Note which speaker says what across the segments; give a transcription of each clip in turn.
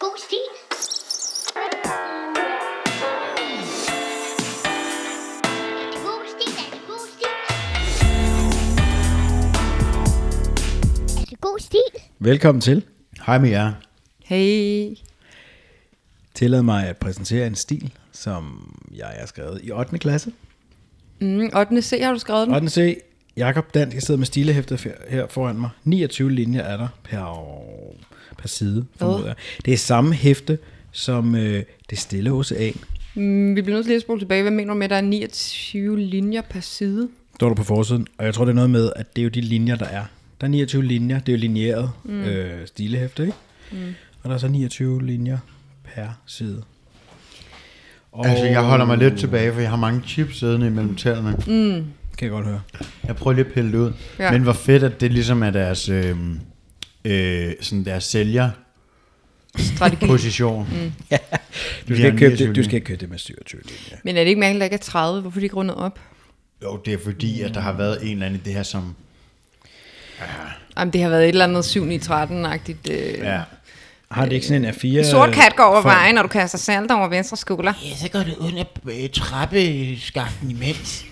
Speaker 1: Boosty. God stil.
Speaker 2: Velkommen til. Hej med jer.
Speaker 3: Hey.
Speaker 2: Tillad mig at præsentere en stil, som jeg har skrevet i 8. klasse.
Speaker 3: Mm, 8. C har du skrevet den?
Speaker 2: 8. C. Jakob Dansk, jeg sidder med stilehæftet fer- her foran mig. 29 linjer er der per, per side, formoder jeg. Det er samme hæfte som øh, det stille ocean.
Speaker 3: Mm, vi bliver nødt til lige at spole tilbage. Hvad mener du med, at der er 29 linjer per side?
Speaker 2: Står du på forsiden, og jeg tror, det er noget med, at det er jo de linjer, der er. Der er 29 linjer, det er jo linjeret mm. øh, stilehæfte, ikke? Mm. Og der er så 29 linjer per side. Og
Speaker 4: Altså, jeg holder mig lidt tilbage, for jeg har mange chips siddende imellem tæerne. Mm.
Speaker 2: kan jeg godt høre.
Speaker 4: Jeg prøver lige at pille det ud.
Speaker 3: Ja.
Speaker 4: Ja. Men hvor fedt, at det ligesom er deres, øh, øh, sådan deres sælgerposition.
Speaker 3: Strategi.
Speaker 4: Mm.
Speaker 2: Du
Speaker 4: Vi har
Speaker 2: skal, ikke købe
Speaker 4: 29
Speaker 2: det, du skal ikke købe det med 27 linjer.
Speaker 3: Men er det ikke mærkeligt, at der ikke er 30? Hvorfor er de ikke rundet op?
Speaker 4: Jo, det er fordi, at der har været en eller anden i det her, som...
Speaker 3: Jamen, det har været et eller andet 7 i 13-agtigt. Øh. Ja.
Speaker 4: Ja.
Speaker 2: Har det ikke sådan en A4?
Speaker 3: Sort kat går over
Speaker 2: form?
Speaker 3: vejen, når du kaster salt over venstre skulder.
Speaker 5: Ja, så går det under øh, trappeskaften imens.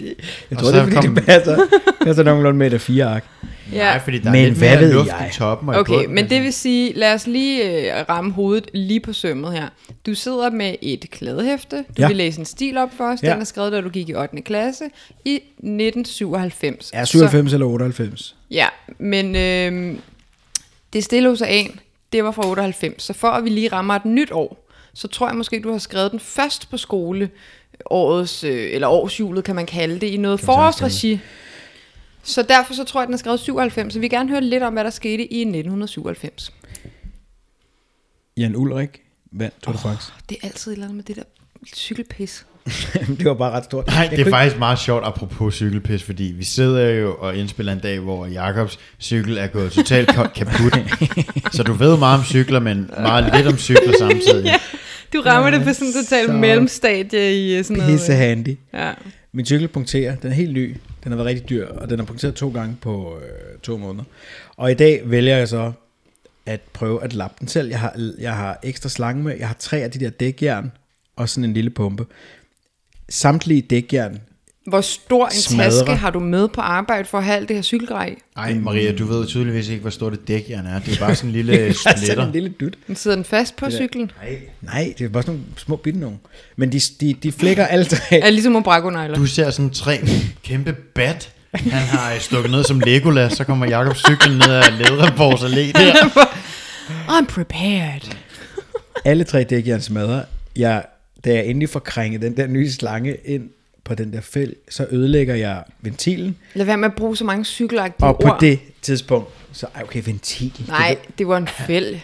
Speaker 2: Jeg
Speaker 4: Og
Speaker 2: tror,
Speaker 4: så
Speaker 2: det er, fordi
Speaker 4: kom-
Speaker 2: det passer, passer nogenlunde med et A4-ark.
Speaker 3: Ja.
Speaker 4: Nej, fordi der
Speaker 2: Men
Speaker 4: er lidt
Speaker 2: hvad
Speaker 4: mere
Speaker 2: ved
Speaker 4: luft
Speaker 2: jeg?
Speaker 4: i toppen og i
Speaker 3: Okay,
Speaker 4: bunden,
Speaker 3: men det
Speaker 4: altså.
Speaker 3: vil sige, lad os lige øh, ramme hovedet lige på sømmet her. Du sidder med et kladehæfte. Du
Speaker 2: Ja.
Speaker 3: ja. vil læse en stil op for os. Den
Speaker 2: Ja.
Speaker 3: er skrevet, da du gik i 8. klasse i 1997.
Speaker 2: Er
Speaker 3: Så-
Speaker 2: 97 eller 98?
Speaker 3: Ja, men øh, det stille ocean, det var fra 98. Så for at vi lige rammer et nyt år, så tror jeg måske, du har skrevet den først på skole. Årets, øh, eller årsjulet kan man kalde det, i noget forårsregi. Så derfor så tror jeg, den er skrevet 97. Så vi vil gerne høre lidt om, hvad der skete i 1997.
Speaker 2: Jan Ulrik vandt Tour de France.
Speaker 3: Det er altid et eller andet med det der cykelpis.
Speaker 2: det var bare ret stort.
Speaker 4: Nej,
Speaker 2: Jeg
Speaker 4: det er
Speaker 2: kunne
Speaker 4: faktisk meget sjovt apropos cykelpis, fordi vi sidder jo og indspiller en dag, hvor Jakobs cykel er gået totalt ko- kaput. så du ved meget om cykler, men meget lidt om cykler samtidig. ja.
Speaker 3: Du rammer ja, det på sådan et totalt
Speaker 2: så
Speaker 3: mellemstadie i øh, sådan
Speaker 2: ikke
Speaker 3: noget.
Speaker 2: pisse handy.
Speaker 3: Ja.
Speaker 2: Min cykel punkterer. Den er helt ny. Den har været rigtig dyr, og den er punkteret to gange på øh, to måneder. Og i dag vælger jeg så at prøve at lappe den selv. Jeg har, jeg har ekstra slange med. Jeg har tre af de der dækjern og sådan en lille pumpe. Samtlige dækjern.
Speaker 3: Hvor stor en
Speaker 2: Smadre.
Speaker 3: taske har du med på arbejde for at have alt det her cykelgrej? i?
Speaker 4: Ej,
Speaker 2: Øhm.
Speaker 4: Maria, du ved tydeligvis ikke, hvor stort et dækjern er. Det er bare sådan en lille
Speaker 2: øh, sådan
Speaker 4: splitter.
Speaker 2: altså, en lille dyt.
Speaker 3: Den sidder den fast på cyklen?
Speaker 2: Nej, det er bare sådan nogle små bitte nogen. Men de, de, de flækker alle tre.
Speaker 3: Er ligesom Obrago-negler.
Speaker 4: Du ser sådan tre kæmpe bat, han har øh, stukket ned som Legolas, så kommer Jakobs cykel ned ad Ledreborgs Allé der.
Speaker 3: I'm prepared.
Speaker 2: Alle tre dækjern smadrer. Jeg, da jeg endelig får krænget den der nye slange ind på den der fæld, så ødelægger jeg ventilen.
Speaker 3: Lad være med at bruge så mange cykelagtige
Speaker 2: Og
Speaker 3: ord.
Speaker 2: på det tidspunkt, så ej, okay, ventil.
Speaker 3: Nej, det var en fæld.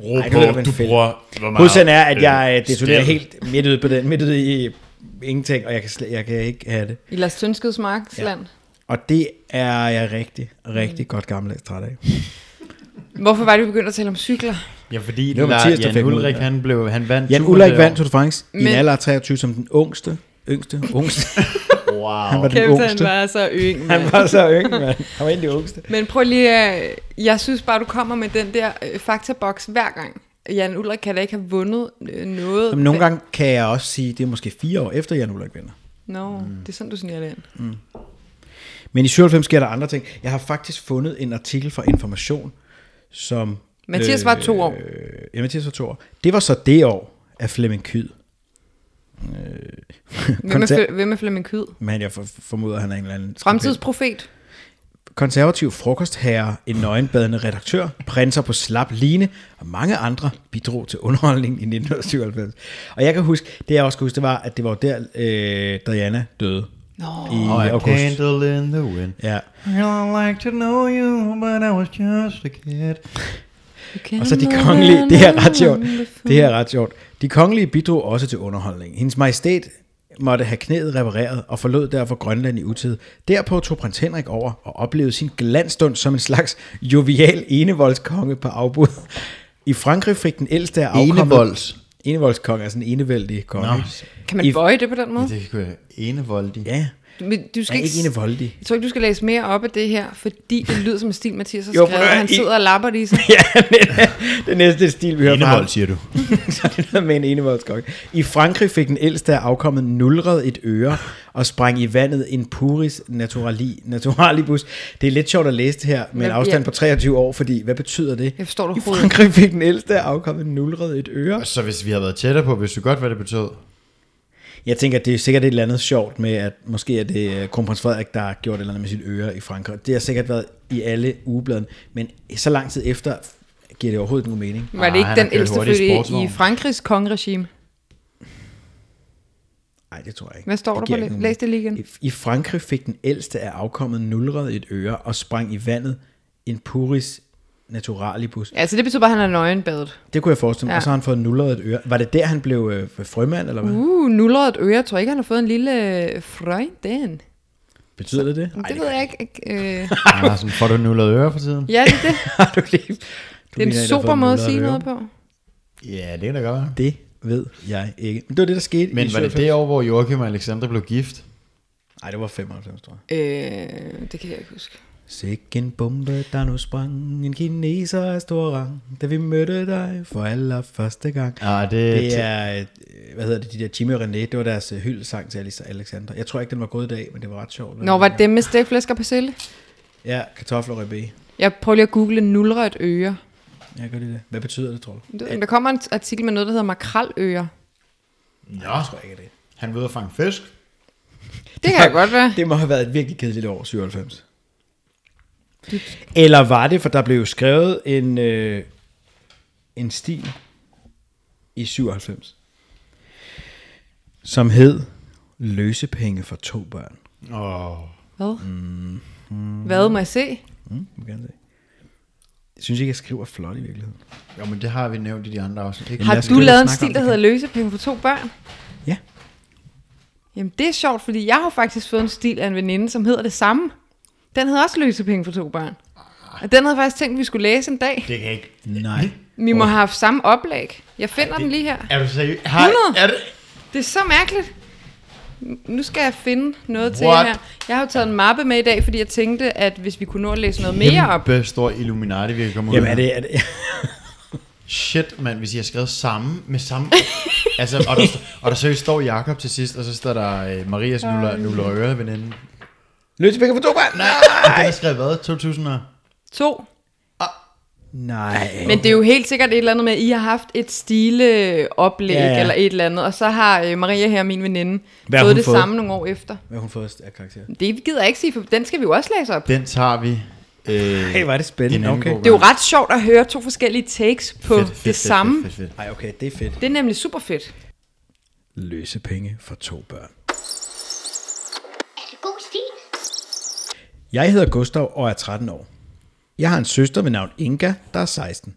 Speaker 4: Ro
Speaker 2: Ej, det lyder
Speaker 4: på,
Speaker 2: som en
Speaker 4: du
Speaker 2: fed-
Speaker 4: bruger hvor meget...
Speaker 2: Hovedsagen er, at jeg øh, detonerer
Speaker 4: skærm.
Speaker 2: helt midt ude på den, midt ude i ingenting, og jeg kan, slet, jeg kan ikke have det.
Speaker 3: I Lars Tønskeds Marksland.
Speaker 2: Og det er jeg rigtig,
Speaker 3: Mm.
Speaker 2: rigtig godt gammeldags træt af.
Speaker 3: Hvorfor var det, vi begyndte at tale om cykler?
Speaker 4: Ja, fordi
Speaker 2: Det var
Speaker 4: det
Speaker 2: Mathias, der fik
Speaker 4: Jan
Speaker 2: den ud,
Speaker 4: Ulrik,
Speaker 2: ja.
Speaker 4: han, blev, han vandt
Speaker 2: Jan
Speaker 4: turen
Speaker 2: Ulrik
Speaker 4: det
Speaker 2: vandt
Speaker 4: år.
Speaker 2: Tour de France i en
Speaker 3: Men-
Speaker 2: alder af 23 som den yngste, yngste, yngste. Han var den yngste.
Speaker 3: var så yng,
Speaker 2: Han var så yngre, mand. Han var egentlig yngste.
Speaker 3: Men prøv lige at... Jeg synes bare, du kommer med den der øh, faktaboks hver gang. Jan Ulrik kan da ikke have vundet øh, noget.
Speaker 2: Jamen, nogle gange kan jeg også sige, at det er måske fire år efter, Jan Ulrik vinder.
Speaker 3: Nå,
Speaker 2: Mm.
Speaker 3: no, det er sådan, du sniger det ind.
Speaker 2: Men i 97 sker der andre ting. Jeg har faktisk fundet en artikel fra Information, som...
Speaker 3: Mathias var to år.
Speaker 2: Øh, ja, Mathias var to år. Det var så det år af Flemming Kyd.
Speaker 3: Hvem er,
Speaker 2: Konta-
Speaker 3: Fle- hvem er Flemming Kyd?
Speaker 2: Men jeg for- formoder, han er en eller anden...
Speaker 3: Fremtidsprofet.
Speaker 2: Konservativ frokostherre, en nøgenbadende redaktør, prinser på slap line og mange andre bidrog til underholdningen i 1997. Og jeg kan huske, det jeg også kan huske, det var, at det var der, øh, Diana døde
Speaker 3: Nå.
Speaker 2: i
Speaker 4: Og a
Speaker 2: august.
Speaker 4: candle in the wind.
Speaker 2: Ja.
Speaker 4: I'd like to know you, but I was just a kid.
Speaker 2: Og så de kongelige, det her er ret sjovt. Det her er ret sjovt. De kongelige bidrog også til underholdning. Hendes majestæt måtte have knæet repareret og forlod derfor Grønland i utid. Derpå tog prins Henrik over og oplevede sin glansstund som en slags jovial enevoldskonge på afbud. I Frankrig fik den ældste af afkommet...
Speaker 4: Enevolds.
Speaker 2: Enevoldskonge er sådan en enevældig konge.
Speaker 4: Nå.
Speaker 2: ikke?
Speaker 3: Kan man
Speaker 2: I-
Speaker 3: bøje det på den måde?
Speaker 4: Det kunne jeg enevoldig.
Speaker 2: Ja.
Speaker 3: Men du skal
Speaker 2: Er ikke en
Speaker 3: ikke...
Speaker 2: af voldige.
Speaker 3: Jeg tror ikke, du skal læse mere op af det her, fordi det lyder som en stil, Mathias har
Speaker 2: Jo, for
Speaker 3: skrevet.
Speaker 2: det er
Speaker 3: Han
Speaker 2: i-
Speaker 3: sidder og lapper det i sig.
Speaker 2: ja, det- det næste stil, vi hører fra ham,
Speaker 4: Enevold, siger du.
Speaker 2: så er det noget med en enevoldskok. I Frankrig fik den ældste af afkommet nulret et øre og sprang i vandet en puris naturali, naturalibus. Det er lidt sjovt at læse det her med en
Speaker 3: Hvad-
Speaker 2: afstand
Speaker 3: ja.
Speaker 2: på 23 år, fordi hvad betyder det?
Speaker 3: Jeg forstår det
Speaker 2: I
Speaker 3: overhovedet ikke.
Speaker 2: Frankrig fik den ældste af afkommet nulret et øre.
Speaker 4: Så hvis vi havde været tættere på, vidste du godt, hvad det betød.
Speaker 2: Jeg tænker, det er sikkert et eller andet sjovt med, at måske er det øh, kronprins Frederik, der har gjort et eller andet med sit øre i Frankrig. Det har sikkert været i alle ugebladene, men så lang tid efter giver det overhovedet ikke nogen mening.
Speaker 3: Var det
Speaker 4: Ah,
Speaker 3: ikke
Speaker 4: han
Speaker 3: den
Speaker 4: har kørt
Speaker 3: ældste
Speaker 4: hurtigt i
Speaker 3: fødte i, i
Speaker 4: sportsvogn.
Speaker 3: Frankrigs kongeregime?
Speaker 2: Nej, det tror jeg ikke.
Speaker 3: Hvad
Speaker 2: Det
Speaker 3: står der
Speaker 2: giver
Speaker 3: på
Speaker 2: ikke
Speaker 3: det?
Speaker 2: nogen
Speaker 3: Læs det lige
Speaker 2: mening.
Speaker 3: igen.
Speaker 2: I i Frankrig fik den ældste af afkommet nulret et øre og sprang i vandet en puris naturalibus.
Speaker 3: Ja, altså det betyder bare, at han er nøgenbadet.
Speaker 2: Det kunne jeg forestille mig. Ja.
Speaker 3: Ja.
Speaker 2: Og så har han fået nulret et øre. Var det der, han blev øh, frømand, eller hvad? Uh,
Speaker 3: Uh, nulleret øre. Jeg tror ikke, han har fået en lille frøjden.
Speaker 2: Betyder det det?
Speaker 3: Men Det ved jeg ikke. ikke, Øh,
Speaker 4: Andersen, får du nullet øre for tiden?
Speaker 3: ja, det er det.
Speaker 2: Har du lige... Du
Speaker 3: Det
Speaker 2: ligner en, der
Speaker 3: er en
Speaker 2: har fået
Speaker 3: super måde at
Speaker 2: nulret
Speaker 3: sige
Speaker 2: et øre.
Speaker 3: noget på.
Speaker 4: Ja, det kan da godt være.
Speaker 2: Det ved jeg ikke. Men det var det, der skete
Speaker 4: Men
Speaker 2: i
Speaker 4: var det det år, hvor Joachim og Alexandra blev gift?
Speaker 2: Nej, det var 95, tror jeg.
Speaker 3: Øh, det kan jeg ikke huske.
Speaker 2: Sikke en bombe, der nu sprang En kineser af stor rang Da vi mødte dig for allerførste gang
Speaker 4: Ah, det,
Speaker 2: Det er, øh, hvad hedder det, de der Jimmy og René, det var deres øh, hyldsang til Alice og Alexander. Jeg tror ikke, den var god i dag, men det var ret sjovt.
Speaker 3: Nå, var det dem med stækflæsk og persille?
Speaker 2: Ja, kartofler og ribé.
Speaker 3: Jeg prøver lige at google nulret øre.
Speaker 2: Jeg gør lige det. Hvad betyder det, tror du?
Speaker 3: Det ved jeg ikke. Der kommer en artikel med noget, der hedder makraløre.
Speaker 4: Nå,
Speaker 2: Jeg tror ikke, det.
Speaker 4: han ved at fange fisk.
Speaker 3: Det kan jeg godt være.
Speaker 2: Det må have været et virkelig kedeligt år, 97. Eller var det, for der blev jo skrevet en, øh, en stil i 97, som hed Løsepenge for to børn.
Speaker 4: Åh,
Speaker 3: Hvad?
Speaker 2: Mm-hmm.
Speaker 3: Hvad må jeg se?
Speaker 2: Mm, må gerne se. Jeg synes ikke, jeg skriver flot i virkeligheden.
Speaker 4: jo, men det har vi nævnt i de andre afsnit. Ikke?
Speaker 2: Jamen,
Speaker 3: Har
Speaker 2: lad os
Speaker 3: du
Speaker 2: begynde at
Speaker 3: lavet en
Speaker 2: snakke om
Speaker 3: stil, der
Speaker 2: det,
Speaker 3: hedder løsepenge for to børn?
Speaker 2: Ja.
Speaker 3: Jamen, det er sjovt, fordi jeg har faktisk fået en stil af en veninde, som hedder det samme. Den hedder også løsepenge for to børn. Og den havde jeg faktisk tænkt, vi skulle læse en dag.
Speaker 4: Det kan ikke.
Speaker 2: Nej.
Speaker 3: Vi må have haft samme oplæg. Jeg finder den lige her.
Speaker 4: Er du seriøs? Har,
Speaker 3: 100?
Speaker 4: er det?
Speaker 3: Det er så mærkeligt. Nu skal jeg finde noget til jer
Speaker 4: What?
Speaker 3: her. Jeg har jo taget en mappe med i dag, fordi jeg tænkte, at hvis vi kunne nå at læse noget mere op.
Speaker 4: Kæmpe stor Illuminati, vi kan komme
Speaker 2: Jamen
Speaker 4: ud
Speaker 2: er
Speaker 4: med.
Speaker 2: det, er det,
Speaker 4: Shit, mand, hvis I har skrevet samme med samme... altså, og der, st- og der seriøst står Jakob til sidst, og så står der øh, Marias nuller, nuller øre veninde.
Speaker 2: Løsepenge for to børn? Nej.
Speaker 4: Og den er skrevet hvad? 2000 og...
Speaker 3: To.
Speaker 2: Nej.
Speaker 3: Men det er jo helt sikkert et eller andet med, at I har haft et stileoplæg
Speaker 2: Ja,
Speaker 3: ja,
Speaker 2: ja.
Speaker 3: ja. eller et eller andet, og så har øh, Maria her, min veninde,
Speaker 2: Hvad har hun
Speaker 3: fået det
Speaker 2: fået?
Speaker 3: samme nogle år efter.
Speaker 2: Hvad har hun fået af karakter?
Speaker 3: Det gider jeg ikke sige, for den skal vi jo også læse op.
Speaker 4: Den tager vi... Øh,
Speaker 2: Hey, var det spændende.
Speaker 4: en anden
Speaker 2: Okay.
Speaker 4: god
Speaker 3: Det er jo
Speaker 4: gang.
Speaker 3: ret sjovt at høre to forskellige takes på fedt,
Speaker 4: Fedt, fedt,
Speaker 3: det
Speaker 4: fedt,
Speaker 3: samme.
Speaker 4: Fedt, fedt, fedt.
Speaker 2: Nej, okay, det er fedt.
Speaker 3: Det er nemlig super fedt.
Speaker 2: Løse penge for to børn.
Speaker 1: Er det god stil?
Speaker 2: Jeg hedder Gustav og er 13 år. Jeg har en søster ved navn Inga, der er 16.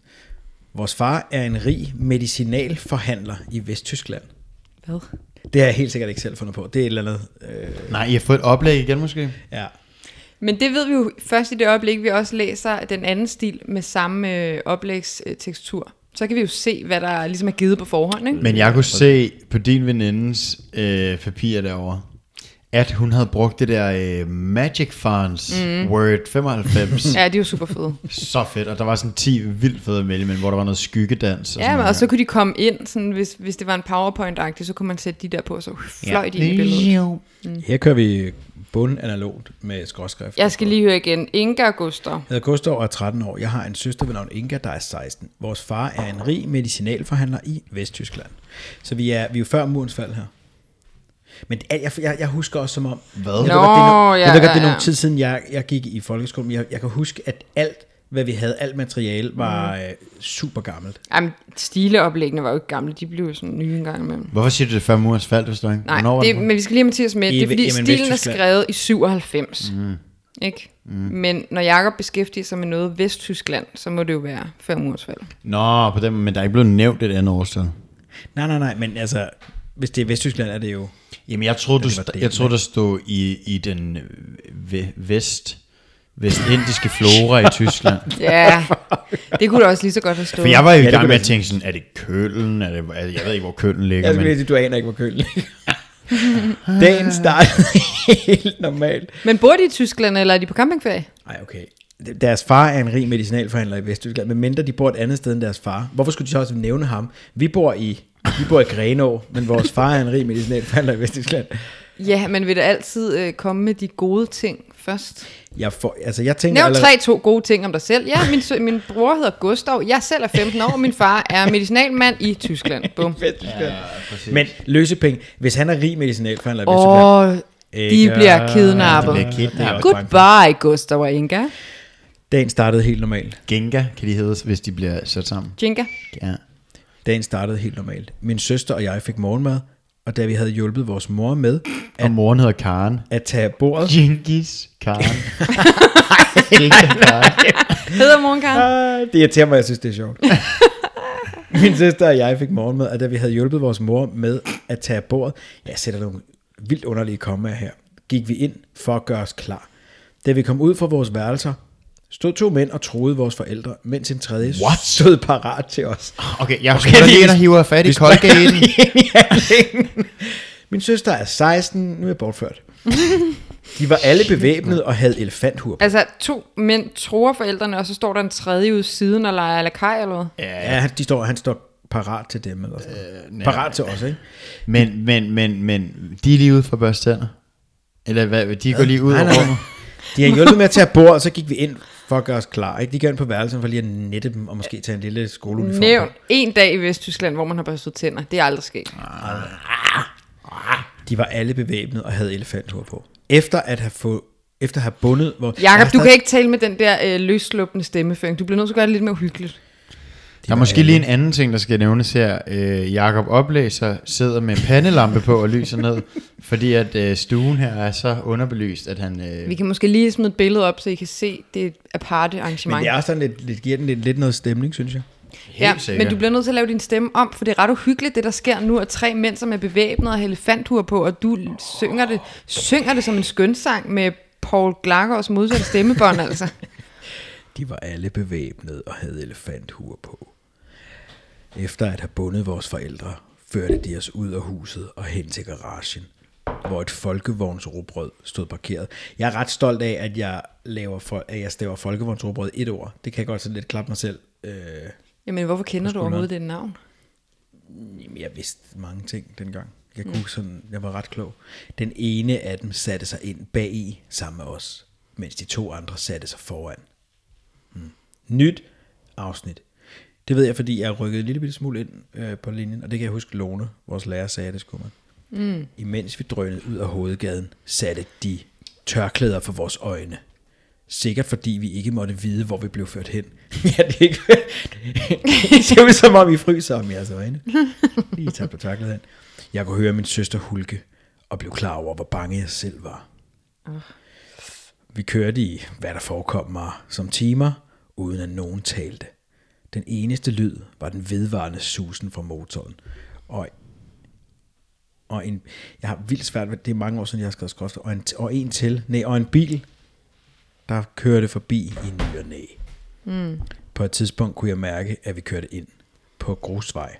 Speaker 2: Vores far er en rig medicinalforhandler i Vesttyskland.
Speaker 3: Hvad?
Speaker 2: Det har jeg helt sikkert ikke selv fundet på. Det er et eller andet... Øh,
Speaker 4: Nej, I har fået et oplæg igen måske?
Speaker 2: ja.
Speaker 3: Men det ved vi jo først i det øjeblik, vi også læser den anden stil med samme øh, oplægstekstur. Så kan vi jo se, hvad der ligesom er givet på forhånd, ikke?
Speaker 4: Men jeg kunne se på din venindes øh, papir derovre, at hun havde brugt det der øh, Magic Fonts mm. Word 95.
Speaker 3: Ja, de er jo super fede.
Speaker 4: så fedt, og der var sådan 10 vildt fede mellem, hvor der var noget skyggedans. Og
Speaker 3: Ja,
Speaker 4: sådan
Speaker 3: men, og
Speaker 4: noget.
Speaker 3: så kunne de komme ind, sådan, hvis, hvis det var en powerpoint-agtig, så kunne man sætte de der på, og så fløj de ind i billedet.
Speaker 2: Her kører vi bund analogt med skråskrift.
Speaker 3: Jeg skal lige høre igen. Inga og Gustav.
Speaker 2: Jeg hedder Gustav og er 13 år. Jeg har en søster ved navn Inga, der er 16. Vores far er en rig medicinalforhandler i Vesttyskland. Så vi er, vi er jo før murens fald her. Men alt- jeg, jeg, jeg husker også som om...
Speaker 4: Hvad?
Speaker 2: Jeg ved
Speaker 3: Nå,
Speaker 2: godt, det er, no,
Speaker 3: ja,
Speaker 2: jeg ved godt,
Speaker 3: ja,
Speaker 2: det er nogle
Speaker 3: ja.
Speaker 2: tid siden, jeg, jeg gik i folkeskolen. men Jeg, jeg kan huske, at alt, hvad vi havde, alt materiale, var mm. øh, super gammelt.
Speaker 3: Jamen, stileoplæggene var jo ikke gamle, de blev jo sådan nye engang imellem.
Speaker 4: Hvorfor siger du det før murens fald, hvis du ikke?
Speaker 3: Nej,
Speaker 4: Hvornår var
Speaker 3: det,
Speaker 4: det?
Speaker 3: men vi skal lige have Mathias med.
Speaker 2: I-
Speaker 3: Det er fordi,
Speaker 2: jamen,
Speaker 3: stilen er
Speaker 2: Vesttyskland.
Speaker 3: skrevet i 97. Mm. Ikke? Mm. Men når Jakob beskæftiger sig med noget Vesttyskland, så må det jo være før murens fald.
Speaker 4: Nå, på den, men der er ikke blevet nævnt et andet årstal.
Speaker 2: Nej, nej, nej, men altså, hvis det er Vesttyskland, er det jo...
Speaker 4: Jamen, jeg troede, du,
Speaker 2: var
Speaker 4: st-
Speaker 2: det,
Speaker 4: jeg troede der stod i, i den øh, ve- vest, vestindiske flora i Tyskland.
Speaker 3: Ja, det kunne du også lige så godt have stået.
Speaker 4: For jeg var jo
Speaker 2: Ja,
Speaker 4: i
Speaker 2: det
Speaker 4: gang
Speaker 2: kunne
Speaker 4: med at
Speaker 2: det.
Speaker 4: tænke sådan, er det Køln? Er det, er- jeg ved ikke, hvor Køln ligger,
Speaker 2: Jeg skulle
Speaker 4: men
Speaker 2: lige sige, du aner ikke, hvor kølen Dagen startede helt normalt.
Speaker 3: Men bor de i Tyskland, eller er de på campingferie?
Speaker 2: Ej, okay. Deres far er en rig medicinalforhandler i Vesttyskland, men mindre de bor et andet sted end deres far. Hvorfor skulle de så også nævne ham? Vi bor i, vi bor i Grenå, men vores far er en rig medicinalforhandler i Vesttyskland.
Speaker 3: Ja, man vil da altid øh, komme med de gode ting først.
Speaker 2: Jeg, får, altså, jeg tænker
Speaker 3: Nævn tre to gode ting om dig selv. Ja, min, sø- min bror hedder Gustav, jeg selv er 15 år, og min far er medicinalmand i Tyskland. Bum.
Speaker 2: Vesttyskland. Ja, men løsepenge. Hvis han er rig medicinalforhandler i Vesttyskland,
Speaker 3: Åh, oh, de
Speaker 2: Ikke-
Speaker 3: bliver kidnappet.
Speaker 4: De bliver kidnappet.
Speaker 3: Goodbye, Gustav og Inga.
Speaker 2: dagen startede helt normalt.
Speaker 4: Genga kan de hedde, hvis de bliver sat sammen.
Speaker 3: Jinka.
Speaker 4: Ja.
Speaker 2: Dagen startede helt normalt. Min søster og jeg fik morgenmad, og da vi havde hjulpet vores mor med
Speaker 4: Og moren hedder Karen.
Speaker 2: at tage af bordet,
Speaker 4: Genghis Karen. Genghis Karen.
Speaker 3: Hedder morgen, Karen.
Speaker 2: Ah, det irriterer mig, jeg synes, det er sjovt. Min søster og jeg fik morgenmad, og da vi havde hjulpet vores mor med at tage af bordet, jeg sætter nogle vildt underlige kommaer her, gik vi ind for at gøre os klar. Da vi kom ud fra vores værelser, stod to mænd og troede vores forældre, mens en tredje What? stod parat til os.
Speaker 4: Okay, jeg skal okay, lige ind og hive fat i
Speaker 2: Vi springer
Speaker 4: Colgate'en.
Speaker 2: lige ind i handlingen. Min søster er 16, nu er jeg bortført. De var alle bevæbnet og havde elefanthur på.
Speaker 3: Altså, to mænd tror forældrene, og så står der en tredje ude siden og leger lakaj eller hvad?
Speaker 2: Ja, han, de står, han står parat til dem. Eller sådan. noget. parat til os, ikke?
Speaker 4: Men, men, men, men, de er lige ude for at børste tænder. Eller hvad, de går lige ud
Speaker 2: Nej,
Speaker 4: over
Speaker 2: nej, nej. De har hjulpet med at tage bord, og så gik vi ind for at gøre os klar. Ikke? De gik ind på værelsen for lige at nette dem, og måske tage en lille skoleuniform. på.
Speaker 3: Nævn en dag i Vesttyskland, hvor man har børstet tænder. Det er aldrig sket.
Speaker 2: De var alle bevæbnet og havde elefanthur på. Efter at have, få, efter at have bundet... Hvor,
Speaker 3: Jakob, du kan ikke tale med den der øh, løsluppende stemmeføring. Du bliver nødt til at gøre det lidt mere hyggeligt.
Speaker 4: Der er måske lige en anden ting, der skal nævnes her. Øh, Jakob oplæser sidder med en pandelampe på og lyser ned, fordi at øh, stuen her er så underbelyst, at han... Øh,
Speaker 3: Vi kan måske lige smide et billede op, så I kan se det er et aparte arrangement.
Speaker 2: Men det er sådan lidt, lidt, giver den lidt, lidt noget stemning, synes jeg.
Speaker 3: ja,
Speaker 4: sikkert.
Speaker 3: men du bliver nødt til at lave din stemme om, for det er ret uhyggeligt, det der sker nu, at tre mænd, som er bevæbnet og har elefanthuer på, og du synger det, synger det som en skønsang med Paul Glagers modsatte stemmebånd, altså.
Speaker 2: De var alle bevæbnet og havde elefanthuer på. Efter at have bundet vores forældre, førte de os ud af huset og hen til garagen, hvor et folkevognsrobrød stod parkeret. Jeg er ret stolt af, at jeg, laver for, at jeg staver folkevognsrobrød et ord. Det kan jeg godt sådan lidt klappe mig selv. Øh,
Speaker 3: Jamen, hvorfor kender du overhovedet det navn?
Speaker 2: jamen, jeg vidste mange ting dengang. Jeg, kunne sådan, jeg var ret klog. Den ene af dem satte sig ind bag i sammen med os, mens de to andre satte sig foran. Mm. nyt afsnit. Det ved jeg, fordi jeg rykkede en lille bitte smule ind øh, på linjen, og det kan jeg huske Lone, vores lærer, sagde, at det skulle man. Mm. Imens vi drønede ud af hovedgaden, satte de tørklæder for vores øjne. Sikkert fordi vi ikke måtte vide, hvor vi blev ført hen. ja, det er ikke... det ser ud som om, vi fryser om jeres øjne. Lige tage på tørklæderen. Jeg kunne høre min søster hulke, og blev klar over, hvor bange jeg selv var. Vi kørte i, hvad der forekom mig som timer, uden at nogen talte. Den eneste lyd var den vedvarende susen fra motoren. Og, og en, jeg har vildt svært ved, det er mange år siden, jeg har skrevet skrift, og en, og en til, nej, og en bil, der kørte forbi i ny og næ. Mm. På et tidspunkt kunne jeg mærke, at vi kørte ind på grusvej.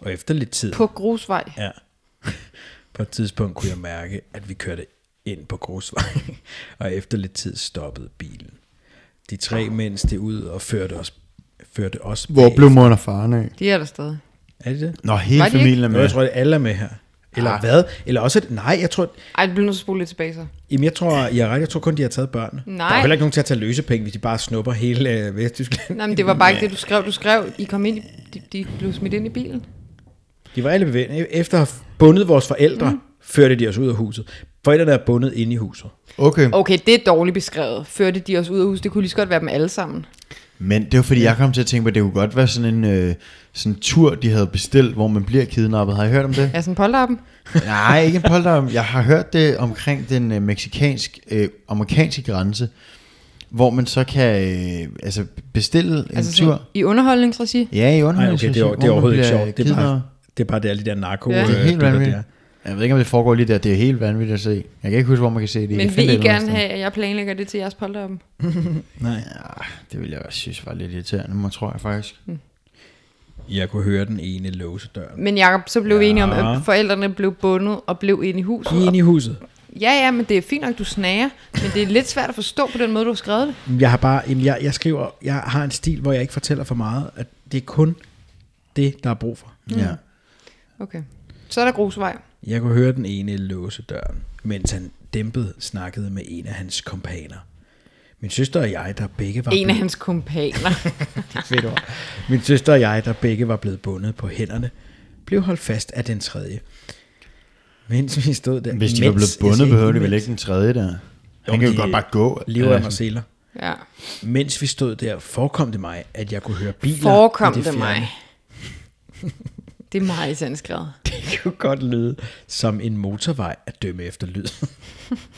Speaker 2: Og efter lidt tid...
Speaker 3: På Grusvej.
Speaker 2: Ja. På et tidspunkt kunne jeg mærke, at vi kørte ind på grusvejen, og efter lidt tid stoppede bilen. De tre mænd steg ud og førte os, førte os
Speaker 4: hvor
Speaker 2: bag-
Speaker 4: blev mor og faren af?
Speaker 3: De er der stadig.
Speaker 2: Er det det?
Speaker 4: Nå, hele
Speaker 3: Var de
Speaker 4: familien er
Speaker 2: Nå,
Speaker 4: med.
Speaker 2: jeg tror, at alle er med her. Eller ah. hvad? Eller også, at, nej, jeg tror,
Speaker 3: Ej, du bliver nødt til at spole lidt tilbage så.
Speaker 2: jamen jeg tror, I har ret, jeg tror kun, de har taget børnene. Der er
Speaker 3: Nej.
Speaker 2: jo heller ikke nogen til at tage løsepenge, hvis de bare snupper hele øh, Vesttyskland.
Speaker 3: Nej, men det var bare ikke det, du skrev. Du skrev, I kom ind, i, de, de blev smidt ind i bilen.
Speaker 2: De var alle bevægende. Efter at have bundet vores forældre, mm. førte de os ud af huset. Forældrene er bundet inde i huset.
Speaker 4: Okay,
Speaker 3: Okay, det er dårligt beskrevet. Førte de os ud af huset? Det kunne lige så godt være dem alle sammen.
Speaker 4: men det var fordi, jeg kom til at tænke på, at det kunne godt være sådan en øh, sådan en tur, de havde bestilt, hvor man bliver kidnappet. Har I hørt om det?
Speaker 3: Er sådan en polterappen?
Speaker 4: Nej, ikke en polterabend. Jeg har hørt det omkring den øh, mexikansk, øh, amerikanske grænse, hvor man så kan øh, altså bestille en
Speaker 3: Altså
Speaker 4: tur.
Speaker 3: sådan, i underholdningsregi?
Speaker 4: Ja, i
Speaker 2: Nej, okay,
Speaker 4: underholdningsregi,
Speaker 2: det er, det
Speaker 4: hvor
Speaker 2: er
Speaker 4: man
Speaker 2: overhovedet ikke
Speaker 4: bliver
Speaker 2: sjovt. Det er,
Speaker 4: kidnappet.
Speaker 2: bare, det er bare der, de der narko
Speaker 3: Ja.
Speaker 2: ja.
Speaker 3: Det
Speaker 4: det er helt
Speaker 2: der.
Speaker 4: vanvittigt. Jeg ved ikke, om det foregår lige der. Det er helt vanvittigt at se. Jeg kan ikke huske, hvor man kan se det. Jeg
Speaker 3: Men
Speaker 4: finder
Speaker 3: vil I
Speaker 4: det et eller andet
Speaker 3: gerne
Speaker 4: sted.
Speaker 3: have, at jeg planlægger det til jeres polterappen? Mhm.
Speaker 4: Nej, ja, det ville jeg også synes var lidt irriterende, må tror jeg faktisk.
Speaker 2: Jeg kunne høre den ene låse døren.
Speaker 3: Men Jacob, så blev ja. vi enige om,
Speaker 2: Ja.
Speaker 3: at forældrene blev bundet og blev inde i huset.
Speaker 2: De er inde i huset.
Speaker 3: Ja, ja, men det er fint nok, du snager, men det er lidt svært at forstå på den måde, du har skrevet det.
Speaker 2: Jeg har bare, jamen, jeg, jeg skriver, jeg har en stil, hvor jeg ikke fortæller for meget, at det er kun det, der er brug for. Ja.
Speaker 3: Okay. Så er der grusvej.
Speaker 2: Jeg kunne høre den ene låse døren, mens han dæmpet snakkede med en af hans kompaner. Min søster og jeg, der begge var
Speaker 3: En af
Speaker 2: blevet-
Speaker 3: hans kompaner.
Speaker 2: Fedt ord. Min søster og jeg, der begge var blevet bundet på hænderne, blev holdt fast af den tredje. Mens vi stod der...
Speaker 4: Hvis de var blevet bundet, behøver de vel ikke den tredje der? Han kan jo godt bare gå.
Speaker 2: Lever af
Speaker 4: Altså,
Speaker 2: mig seler.
Speaker 3: ja.
Speaker 2: Mens vi stod der, forekom det mig, at jeg kunne høre biler. i
Speaker 3: Forekom det,
Speaker 2: fjerne.
Speaker 3: mig. Det er meget især skrevet.
Speaker 2: Det kunne godt lyde som en motorvej at dømme efter lyd.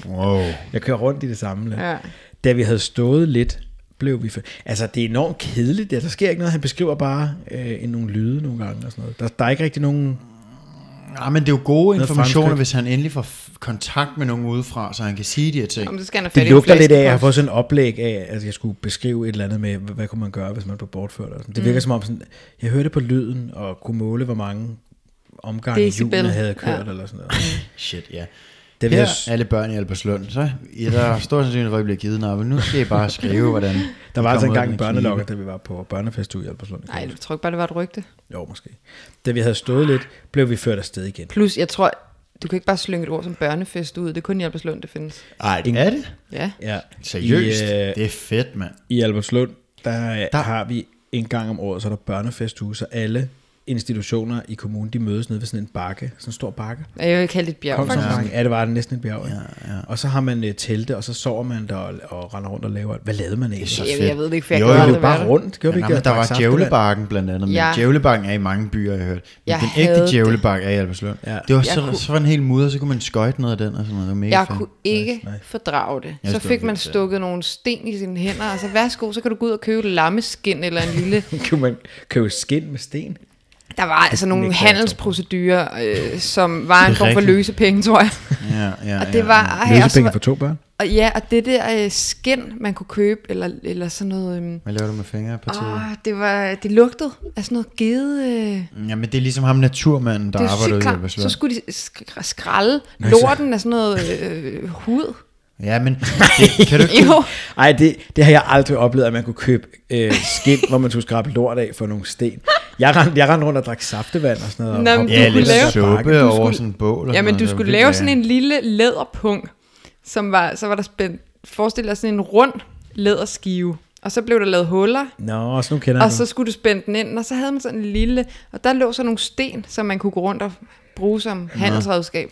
Speaker 4: Wow.
Speaker 2: Jeg kører rundt i det samme land.
Speaker 3: Ja.
Speaker 2: Da vi havde stået lidt, blev vi... For... Altså, det er enormt kedeligt. Der, der sker ikke noget. Han beskriver bare øh, en- nogle lyde nogle gange og sådan noget. Der, der er ikke rigtig nogen...
Speaker 4: Ja, men det er jo gode
Speaker 2: Noget
Speaker 4: informationer,
Speaker 2: fremskridt.
Speaker 4: hvis han endelig får f- kontakt med nogen udefra, så han kan sige de her ting.
Speaker 3: Om så skal han have fat i
Speaker 2: Det
Speaker 3: en
Speaker 2: lugter lidt af, at jeg har
Speaker 3: flaskepost.
Speaker 2: fået sådan en oplæg af, at jeg skulle beskrive et eller andet med, hvad, hvad kunne man gøre, hvis man blev bortført. Og sådan. Det virker
Speaker 3: Mm.
Speaker 2: som om, sådan, jeg hørte på lyden og kunne måle, hvor mange omgange
Speaker 3: Decibel.
Speaker 2: hjulene havde kørt
Speaker 3: Ja. Mm.
Speaker 2: eller sådan noget.
Speaker 4: Shit, ja.
Speaker 2: Det
Speaker 4: Det
Speaker 2: vil
Speaker 4: her
Speaker 2: jeg
Speaker 4: er
Speaker 2: s-
Speaker 4: alle børn i Albertslund, så I er der stor sandsynlighed for, at I bliver kidnappet. Nu skal I bare skrive, hvordan...
Speaker 2: Der var
Speaker 4: I
Speaker 2: altså
Speaker 4: kommer ud
Speaker 2: engang
Speaker 4: af den
Speaker 2: en
Speaker 4: knibe.
Speaker 2: børnelokker, da vi var på børnefest ud i Albertslund.
Speaker 3: Nej, du tror ikke bare, det var et rygte.
Speaker 2: Jo, måske. Da vi havde stået lidt, blev vi ført afsted igen.
Speaker 3: Plus, jeg tror, du kan ikke bare slynge et ord som børnefest ud. Det er kun i Albertslund, det findes.
Speaker 4: Ej, det er det?
Speaker 3: Ja.
Speaker 2: Ja,
Speaker 4: Seriøst?
Speaker 2: I, øh,
Speaker 4: Det er fedt, mand.
Speaker 2: I Albertslund, der, der
Speaker 4: Der-
Speaker 2: har vi en gang om året, så er der børnefestuge, så alle institutioner i kommunen, de mødes nede ved sådan en bakke, sådan en stor bakke.
Speaker 3: Jeg vil kalde det et bjerg,
Speaker 2: Kom så
Speaker 3: faktisk.
Speaker 2: mange. Ja, det var det næsten et bjerg. Ja, ja. Og så har man uh, telte, og så sover man der og, og render rundt og laver alt. Hvad lavede man egentlig?
Speaker 4: så
Speaker 2: Det
Speaker 3: Jamen,
Speaker 4: fedt.
Speaker 3: jeg ved det ikke, for jeg
Speaker 4: Jo,
Speaker 3: kan
Speaker 4: jo,
Speaker 2: var
Speaker 4: det
Speaker 2: jo
Speaker 3: aldrig være
Speaker 2: bare
Speaker 3: der.
Speaker 2: rundt, gjorde vi ikke
Speaker 4: Men, nej, men der
Speaker 2: Drak
Speaker 4: var
Speaker 2: saftevand.
Speaker 4: djævlebakken blandt andet, men
Speaker 3: Ja.
Speaker 4: ja. djævlebakken er i mange byer, jeg har hørt. Men
Speaker 3: Jeg
Speaker 4: den
Speaker 3: havde det.
Speaker 4: ægte djævlebak er i Albertslund.
Speaker 2: Ja.
Speaker 4: Ja. Det var
Speaker 3: Jeg
Speaker 4: så,
Speaker 3: kunne-
Speaker 4: kunne... så var den helt mudret, så kunne man skøjte noget af den og sådan noget. Det var mega
Speaker 3: Jeg
Speaker 4: fedt.
Speaker 3: kunne ikke fordrage det.
Speaker 4: Jeg
Speaker 3: Så
Speaker 4: skulle
Speaker 3: fik
Speaker 4: ikke
Speaker 3: man
Speaker 4: det.
Speaker 3: stukket nogle sten i sine hænder, og så værsgo, så kan du gå ud og købe et lammeskin eller en lille...
Speaker 2: Kunne man købe skin med sten?
Speaker 3: Der var altså nogle
Speaker 2: nægter jeg,
Speaker 3: handelsprocedurer, øh, som var en
Speaker 4: Det er
Speaker 3: form for
Speaker 4: rigtigt.
Speaker 3: løsepenge, tror jeg.
Speaker 4: Ja, ja,
Speaker 3: Og det
Speaker 4: ja,
Speaker 3: var...
Speaker 4: ja.
Speaker 3: Ej, og, så
Speaker 2: Løsepenge
Speaker 3: var
Speaker 2: for to børn?
Speaker 3: og ja, og det der øh, skin, man kunne købe, eller, eller sådan noget... Øh,
Speaker 4: Hvad laver du med fingerpartiet?
Speaker 3: åh, det, var, det lugtede af sådan noget gede... Øh,
Speaker 4: Ja, men det er ligesom ham naturmanden, der
Speaker 3: det var
Speaker 4: arbejder
Speaker 3: sygt
Speaker 4: ude i
Speaker 3: klart. Så
Speaker 4: Albertslund.
Speaker 3: skulle de sk- skralde lorten af sådan noget øh, hud.
Speaker 4: Ja, men det, kan du ikke...
Speaker 3: Jo,
Speaker 2: Ej, det, det har jeg aldrig oplevet, at man kunne købe øh, skin, hvor man skulle skrabe lort af for nogle sten. Jeg rendte jeg rend rundt og drak saftevand og sådan noget.
Speaker 3: Nå,
Speaker 2: og
Speaker 3: men
Speaker 2: hoppede
Speaker 3: du
Speaker 4: Ja,
Speaker 2: rundt
Speaker 3: kunne
Speaker 4: lidt
Speaker 2: i den
Speaker 3: lave-
Speaker 2: der
Speaker 4: suppe
Speaker 2: bakke.
Speaker 4: over
Speaker 3: skulle-
Speaker 4: sådan en bål. og
Speaker 3: Ja, men
Speaker 4: noget.
Speaker 3: du
Speaker 4: Det var
Speaker 3: skulle
Speaker 4: vildt,
Speaker 3: lave
Speaker 4: ja.
Speaker 3: sådan en lille læderpung, som var, så var der spændt, forestil dig sådan en rund læderskive, og så blev der lavet huller,
Speaker 2: Nå, så nu kender
Speaker 3: og
Speaker 2: jeg
Speaker 3: så
Speaker 2: den.
Speaker 3: skulle du spænde den ind, og så havde man sådan en lille, og der lå så nogle sten, som man kunne gå rundt og bruge som handelsredskab.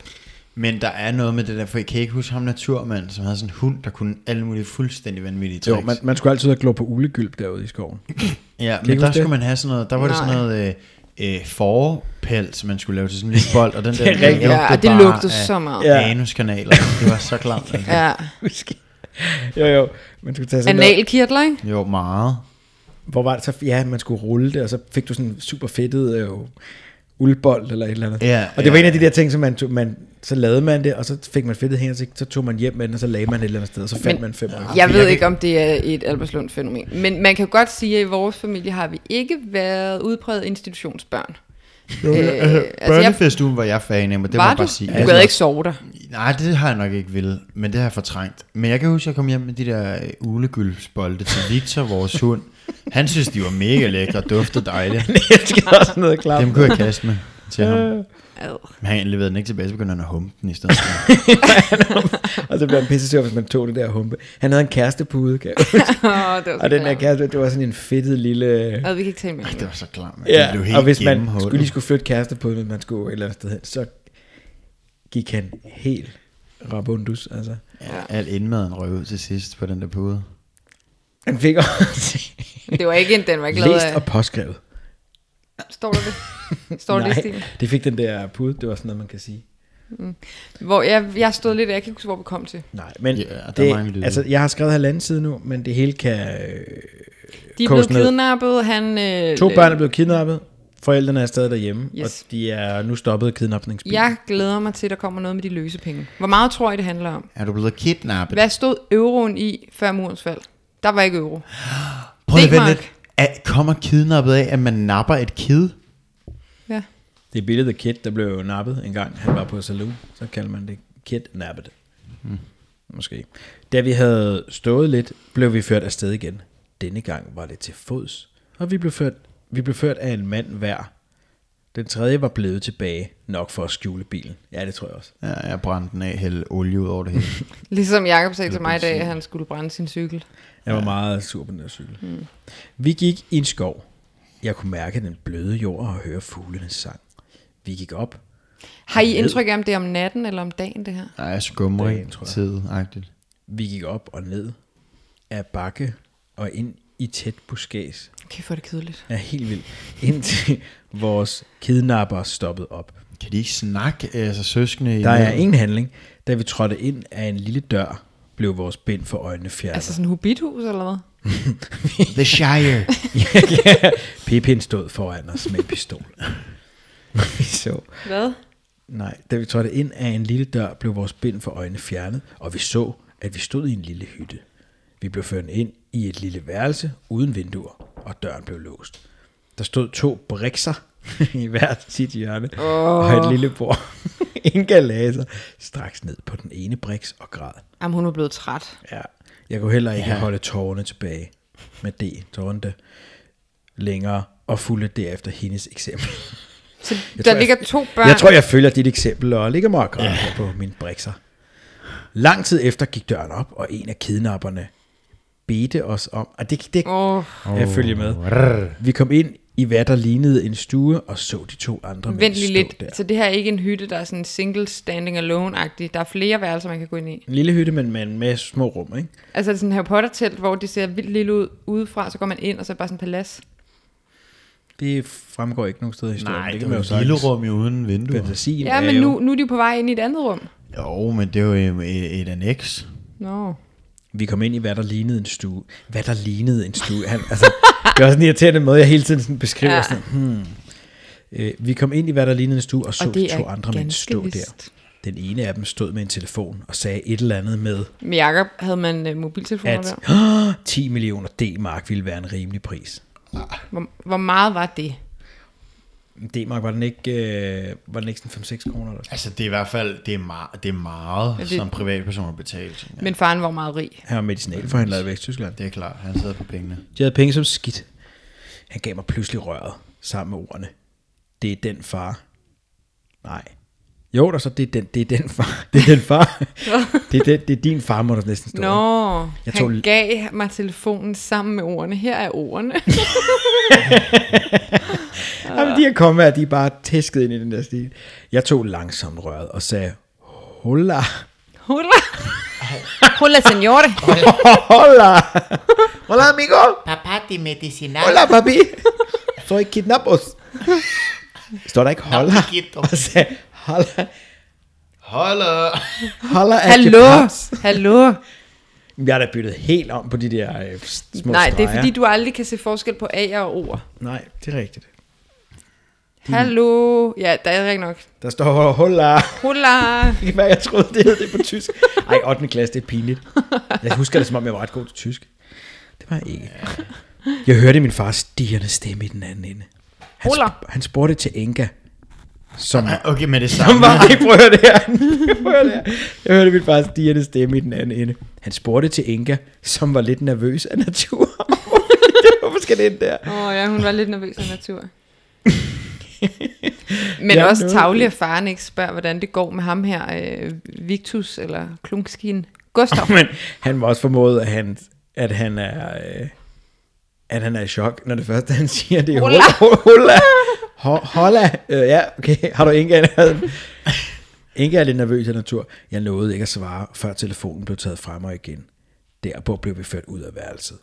Speaker 4: Men der er noget med det der, for jeg kan ikke huske ham naturmanden, som havde sådan en hund, der kunne alle mulige fuldstændig vanvittige
Speaker 2: Jo,
Speaker 4: tricks.
Speaker 2: man, man skulle altid have glo på ulegylp derude i skoven.
Speaker 4: Ja,
Speaker 2: I
Speaker 4: men
Speaker 2: huske
Speaker 4: der
Speaker 2: det?
Speaker 4: skulle man have sådan noget, der var det sådan
Speaker 3: Nej.
Speaker 4: noget øh, øh, forpels, man skulle lave til sådan en lille bold, og den der den
Speaker 2: rigtigt.
Speaker 3: Ja, og det
Speaker 4: bare
Speaker 3: lugtede
Speaker 4: af
Speaker 3: så meget.
Speaker 2: Ja.
Speaker 4: anuskanaler. Det var så klamt. altså.
Speaker 3: Ja.
Speaker 2: jo, jo. Man skulle tage sådan der,
Speaker 3: Analkirtler, ikke?
Speaker 4: Jo, meget.
Speaker 2: hvor var det så, ja, man skulle rulle det, og så fik du sådan en super fedtet øh, uldbold eller et eller andet.
Speaker 4: Ja,
Speaker 2: og det var
Speaker 4: ja,
Speaker 2: en af de der ting, som man, tog, man så lavede man det, og så fik man fedtet hen, og så, så tog man hjem med den, og så lagde man det et eller andet sted, og så fandt
Speaker 3: Men-
Speaker 2: man fem år.
Speaker 3: Jeg ved ikke, om det er et Albertslund fænomen. Men man kan jo godt sige, at i vores familie har vi ikke været udpræget institutionsbørn.
Speaker 4: Jo, øh,
Speaker 3: altså, jeg-
Speaker 4: børnefestugen var jeg fan af, men det var må
Speaker 3: var
Speaker 4: jeg
Speaker 3: du?
Speaker 4: bare sige. Altså-
Speaker 3: Du gad ikke sove dig.
Speaker 4: Nej, det har jeg nok ikke ville, men det har jeg fortrængt. Men jeg kan huske, at jeg kom hjem med de der øh, ulegyldsbolde til Victor, vores hund. Han synes, de var mega lækre og duftede dejligt.
Speaker 2: Jeg skal også noget klart.
Speaker 4: Dem kunne jeg kaste med til ham.
Speaker 2: Øh.
Speaker 3: Ad.
Speaker 4: Men han leverede den ikke tilbage, så begyndte han at humpe den i stedet.
Speaker 2: Og så blev han pisse sur, hvis man tog det der humpe. Han havde en kærestepude, kan jeg huske.
Speaker 3: Åh, det var så
Speaker 2: og den der
Speaker 3: klamt.
Speaker 2: kæreste, det var sådan en fedtet lille...
Speaker 3: Ad, vi kan ikke tale mere. om det.
Speaker 4: Det var så klart, man. Det blev
Speaker 2: Ja,
Speaker 4: helt
Speaker 2: og hvis man
Speaker 4: gennemhullet.
Speaker 2: skulle, lige skulle flytte kærestepuden, hvis man skulle et eller andet sted hen, så gik han helt rabundus, altså.
Speaker 4: Ja, al indmaden røg ud til sidst på den der pude.
Speaker 2: Han fik også
Speaker 3: Men Det var ikke en, den var ikke lavet
Speaker 2: læst
Speaker 3: af...
Speaker 2: og påskrevet.
Speaker 3: Står der det? Står der det i stilen?
Speaker 2: det fik den der pude, det var sådan noget, man kan sige.
Speaker 3: Hvor jeg, jeg stod lidt, jeg kan ikke huske, hvor vi kom til.
Speaker 2: Nej, men
Speaker 4: Ja, der er mange
Speaker 2: det,
Speaker 4: lyde.
Speaker 2: altså, jeg har skrevet halvanden side nu, men det hele kan... Øh,
Speaker 3: De er
Speaker 2: Koges
Speaker 3: blevet
Speaker 2: ned.
Speaker 3: kidnappet, han... Øh,
Speaker 2: to børn er blevet kidnappet, forældrene er stadig derhjemme, yes.
Speaker 3: Yes.
Speaker 2: og de er nu stoppet i kidnapningsbilen.
Speaker 3: Jeg glæder mig til, at der kommer noget med de løse penge. Hvor meget tror I, det handler om?
Speaker 4: Er du blevet kidnappet?
Speaker 3: Hvad stod euroen i før murens fald? Der var ikke euro.
Speaker 4: Prøv lige at vente
Speaker 3: D-mark.
Speaker 4: lidt. Er, kommer kidnappet af, at man napper et kid?
Speaker 3: Ja.
Speaker 2: Det er Billy the Kid, der blev jo nappet en gang, han var på saloon. Så kalder man det kidnappet. Mm. Måske. Da vi havde stået lidt, blev vi ført afsted igen. Denne gang var det til fods, og vi blev ført, vi blev ført af en mand hver. Den tredje var blevet tilbage, nok for at skjule bilen. Ja, det tror jeg også.
Speaker 4: Ja, jeg brændte den af, hælde olie ud over det hele.
Speaker 3: Ligesom Jacob sagde til mig i dag, at han skulle brænde sin cykel.
Speaker 2: Jeg var meget sur på den der cykel. Mm. Vi gik i en skov. Jeg kunne mærke den bløde jord og høre fuglenes sang. Vi gik op.
Speaker 3: Har I indtryk af, om det er om natten eller om dagen, det her?
Speaker 4: Nej, skumring,
Speaker 2: Dagen, tror jeg.
Speaker 4: tid-agtigt.
Speaker 2: Vi gik op og ned af bakke og ind i tæt buskæs.
Speaker 3: Okay, for det kedeligt.
Speaker 2: Ja, helt vildt. Indtil vores kidnapper stoppede op.
Speaker 4: Kan de ikke snakke, altså søskende?
Speaker 2: Der er
Speaker 4: imellem?
Speaker 2: ingen handling. Da vi trådte ind af en lille dør, blev vores bind for øjnene fjernet.
Speaker 3: Altså sådan et hubithus eller hvad?
Speaker 4: The Shire.
Speaker 2: Pippin stod foran os med en pistol. vi så.
Speaker 3: Hvad?
Speaker 2: Nej, da vi trådte ind af en lille dør, blev vores bind for øjnene fjernet, og vi så, at vi stod i en lille hytte. Vi blev ført ind i et lille værelse uden vinduer, og døren blev låst. Der stod to brikser i hvert sit hjørne, oh. og et lille bord. Inga lagde sig straks ned på den ene briks og græd.
Speaker 3: Jamen, hun var blevet træt.
Speaker 2: Ja. Jeg kunne heller ikke ja. holde tårerne tilbage med det, tårerne længere, og fulgte derefter hendes eksempel.
Speaker 3: Så
Speaker 2: Jeg
Speaker 3: der
Speaker 2: tror, jeg-
Speaker 3: ligger to børn.
Speaker 2: Jeg tror, jeg følger dit eksempel og ligger mig og græder ja. på mine brikser. Lang tid efter gik døren op, og en af kidnapperne bedte os om, og det, det
Speaker 3: Åh,
Speaker 2: oh. jeg følger med. Vi kom ind i hvad der lignede en stue, og så de to andre mænd
Speaker 3: vent lige
Speaker 2: stå
Speaker 3: lidt.
Speaker 2: der.
Speaker 3: Så det her er ikke en hytte, der er sådan single standing alone-agtig. Der er flere værelser, man kan gå ind i.
Speaker 2: En lille hytte, men med, med små rum, ikke?
Speaker 3: Altså er det sådan en Harry Potter-telt, hvor det ser vildt lille ud udefra, så går man ind, og så er det bare sådan en palads.
Speaker 2: Det fremgår ikke nogen steder i historien.
Speaker 4: Nej,
Speaker 2: det
Speaker 4: det
Speaker 2: kan
Speaker 4: er
Speaker 2: man
Speaker 4: jo
Speaker 2: jo
Speaker 4: et lille
Speaker 2: sagtens.
Speaker 4: rum jo uden vinduer.
Speaker 2: Fantasien
Speaker 3: Ja,
Speaker 2: er
Speaker 3: men
Speaker 2: jo-
Speaker 3: nu, nu er de jo på vej ind i et andet rum.
Speaker 4: Jo, men det er jo øh, et, et, et annex.
Speaker 3: Nå.
Speaker 2: Vi kom ind i, hvad der lignede en stue. Hvad der lignede en stue. Han, altså, det er også en irriterende måde, jeg hele tiden sådan beskriver. Ja.
Speaker 3: Ja.
Speaker 2: Sådan, hmm. øh, vi kom ind i, hvad der lignede en stue, og så
Speaker 3: Og det
Speaker 2: de to
Speaker 3: er
Speaker 2: andre mænd
Speaker 3: ganske
Speaker 2: stå der.
Speaker 3: vist.
Speaker 2: Den ene af dem stod med en telefon og sagde et eller andet med,
Speaker 3: Men Jacob, havde man øh, mobiltelefoner
Speaker 2: at
Speaker 3: der?
Speaker 2: "Åh, 10 millioner D-mark ville være en rimelig pris.
Speaker 3: Hvor, hvor meget var det?
Speaker 2: D-mark var den ikke, øh, var den ikke sådan 5-6 kroner? Eller? sådan?
Speaker 4: Altså, det er i hvert fald det er meget, det er meget
Speaker 3: Ja,
Speaker 4: det...
Speaker 3: det-
Speaker 4: som privatpersoner betaler. tænker jeg.
Speaker 3: Men faren var meget rig.
Speaker 2: Han var medicinalforhandler i Vesttyskland.
Speaker 4: Det er klart, han sidder på pengene.
Speaker 2: De havde penge som skidt. Han gav mig pludselig røret sammen med ordene. Det er den far. Nej. Jo, der så, det er den, det er den far. Det er den far. det, er den, det er din far, må der næsten stå.
Speaker 3: Nå,
Speaker 2: Jeg
Speaker 3: han
Speaker 2: tog l-
Speaker 3: gav mig telefonen sammen med ordene. Her er ordene.
Speaker 2: Jamen, de her kommer, de er bare tæsket ind i den der stil. Jeg tog langsomt røret og sagde, hola,
Speaker 3: Hola. Hola, senore.
Speaker 2: hola, hola amigo,
Speaker 5: Papá de medicinal.
Speaker 2: hola papi. Så ikke kidnap os. Står der ikke hola?
Speaker 5: Quito.
Speaker 2: Og sagde, hola,
Speaker 4: Holla!
Speaker 2: hola at
Speaker 3: Hallo.
Speaker 2: your parts."
Speaker 3: Hallo.
Speaker 2: Jeg har da byttet helt om på de der øh, små
Speaker 3: Nej, det er
Speaker 2: streger.
Speaker 3: fordi, du aldrig kan se forskel på A'er og O'er.
Speaker 2: Nej, det er rigtigt.
Speaker 3: Hallo. Ja, der er rigtig nok.
Speaker 2: Der står hola.
Speaker 3: Hola.
Speaker 2: Det kan være, jeg troede, det hed det på tysk. Ej, 8. klasse, det er pinligt. Jeg husker det, som om jeg var ret god til tysk. Det var jeg ikke. Jeg hørte min fars stigende stemme i den anden ende. Han,
Speaker 3: Hola.
Speaker 2: sp- han spurgte til Enka, som
Speaker 4: Okay, men det
Speaker 2: Han
Speaker 4: samme.
Speaker 2: var, ej, prøv at høre det her. Prøv at høre det her. Jeg hørte min fars stigende stemme i den anden ende. Han spurgte til Enka, som var lidt nervøs af natur. Hvorfor skal det ind der?
Speaker 3: Åh oh, ja, hun var lidt nervøs af natur. Men
Speaker 2: Ja,
Speaker 3: ja, også
Speaker 2: noget.
Speaker 3: tavlig, at faren ikke spørger, hvordan det går med ham her, øh, Victus eller Klunkskien. Gustav.
Speaker 2: Men han må også formode, at han, at han er... Øh, at han er i chok, når det første, han siger, det er
Speaker 3: Hola.
Speaker 2: Hola. Hola. Ho- Hola. Øh, ja, okay. Har du Inga andet? Inga er lidt nervøs af natur. Jeg nåede ikke at svare, før telefonen blev taget fra mig igen. Derpå blev vi ført ud af værelset.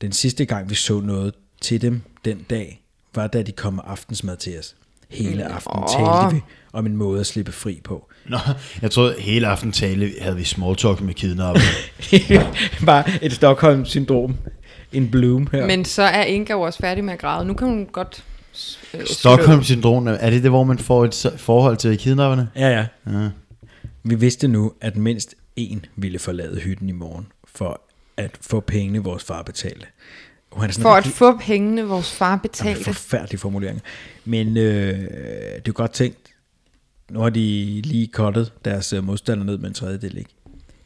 Speaker 2: Den sidste gang, vi så noget til dem den dag, var da de kom med aftensmad til os. Hele aftenen talte vi om en måde at slippe fri på.
Speaker 4: Nå, jeg troede, hele aften tale havde vi small talk med kidnapper.
Speaker 2: Bare et Stockholm-syndrom. En bloom her.
Speaker 3: Men så er Inga jo også færdig med at græde. Nu kan hun godt... Øh,
Speaker 4: Stockholm-syndrom, er det det, hvor man får et s- forhold til kidnapperne?
Speaker 2: Ja, ja. ja. Vi vidste nu, at mindst en ville forlade hytten i morgen, for at få pengene, vores far betalte. Oh, han er sådan
Speaker 3: For at få pengene, vores far betalte.
Speaker 2: Forfærdelig formulering. Men øh, det er jo godt tænkt. Nu har de lige kottet deres øh, modstander ned med en tredjedel, ikke?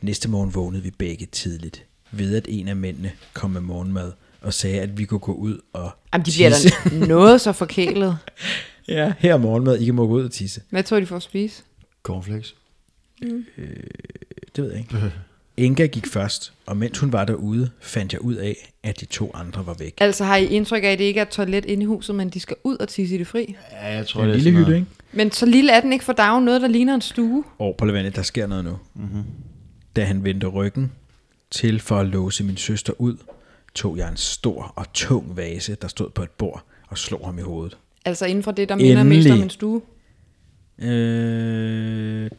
Speaker 2: Næste morgen vågnede vi begge tidligt, ved at en af mændene kom med morgenmad og sagde, at vi kunne gå ud og
Speaker 3: Jamen, de bliver
Speaker 2: tisse.
Speaker 3: da noget så forkælet.
Speaker 2: ja, her er morgenmad, I kan må gå ud og tisse.
Speaker 3: Hvad tror de for at spise?
Speaker 4: Cornflakes.
Speaker 2: Det ved jeg ikke. Inga gik først, og mens hun var derude, fandt jeg ud af, at de to andre var væk.
Speaker 3: Altså har I indtryk af, at det ikke er et toilet inde i huset, men de skal ud og tisse i det fri?
Speaker 4: Ja, jeg tror,
Speaker 2: En
Speaker 4: det er
Speaker 2: lille
Speaker 4: sådan
Speaker 2: hytte,
Speaker 4: noget.
Speaker 2: ikke?
Speaker 3: Men så lille er den ikke, for der er jo noget, der ligner en stue.
Speaker 2: Og på Lavandet, der sker noget nu. Mm-hmm.
Speaker 4: Mhm.
Speaker 2: Da han vendte ryggen til for at låse min søster ud, tog jeg en stor og tung vase, der stod på et bord, og slog ham i hovedet.
Speaker 3: Altså inden for det, der minder mest om
Speaker 2: Endelig.
Speaker 3: en stue.
Speaker 2: Øh,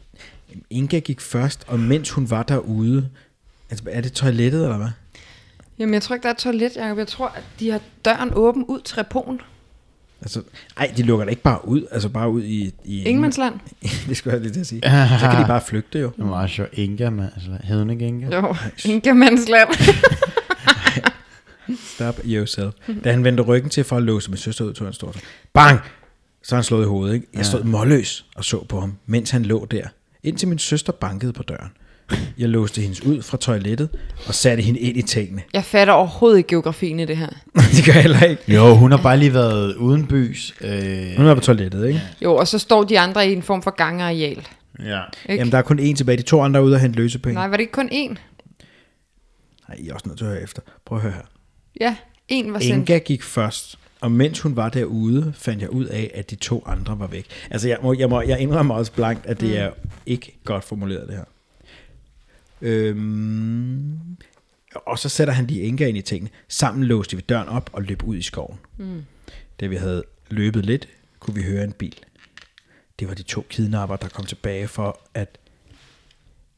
Speaker 2: Inga gik først, og mens hun var derude... Altså, er det toilettet, eller hvad?
Speaker 3: Jamen, jeg tror ikke, der er et toilet, Jacob. Jeg tror, at de har døren åben ud til reponen.
Speaker 2: Altså, ej, de lukker da ikke bare ud, altså bare ud i... i
Speaker 3: Ingemandsland.
Speaker 2: det skulle jeg lige til at sige. Så kan de bare flygte jo.
Speaker 4: Det var meget sjovt. Inga, man. Altså, hed hun ikke Inga?
Speaker 3: Jo, Ingemandsland.
Speaker 2: Stop yourself. Da han vendte ryggen til for at låse min søster ud, tog han stort. Bang! Så er han slået i hovedet. Ikke? Jeg stod målløs og så på ham, mens han lå der. Indtil min søster bankede på døren. Jeg låste hendes ud fra toilettet og satte hende ind i tingene.
Speaker 3: jeg fatter overhovedet ikke geografien i det her.
Speaker 2: det gør jeg heller ikke.
Speaker 4: Jo, hun har bare lige været uden bys. Øh,
Speaker 2: Hun er på toilettet, ikke?
Speaker 3: Jo, og så står de andre i en form for gangareal.
Speaker 4: ja.
Speaker 3: Ikke?
Speaker 2: Jamen, der er kun én tilbage. De to andre er ude og hente løsepenge.
Speaker 3: Nej,
Speaker 2: Nej,
Speaker 3: var det ikke kun én?
Speaker 2: I er også nødt til at høre efter. Prøv at høre her.
Speaker 3: Ja, én var sendt.
Speaker 2: Inga gik først, og mens hun var derude, fandt jeg ud af, at de to andre var væk. Altså, jeg, må, jeg, må, jeg indrømmer også blankt, at det er ikke godt formuleret, det her. Øhm, og så sætter han de Inga ind i tingene. Sammen låste vi døren op og løb ud i skoven. Mm. Da vi havde løbet lidt, kunne vi høre en bil. Det var de to kidnapper, der kom tilbage for at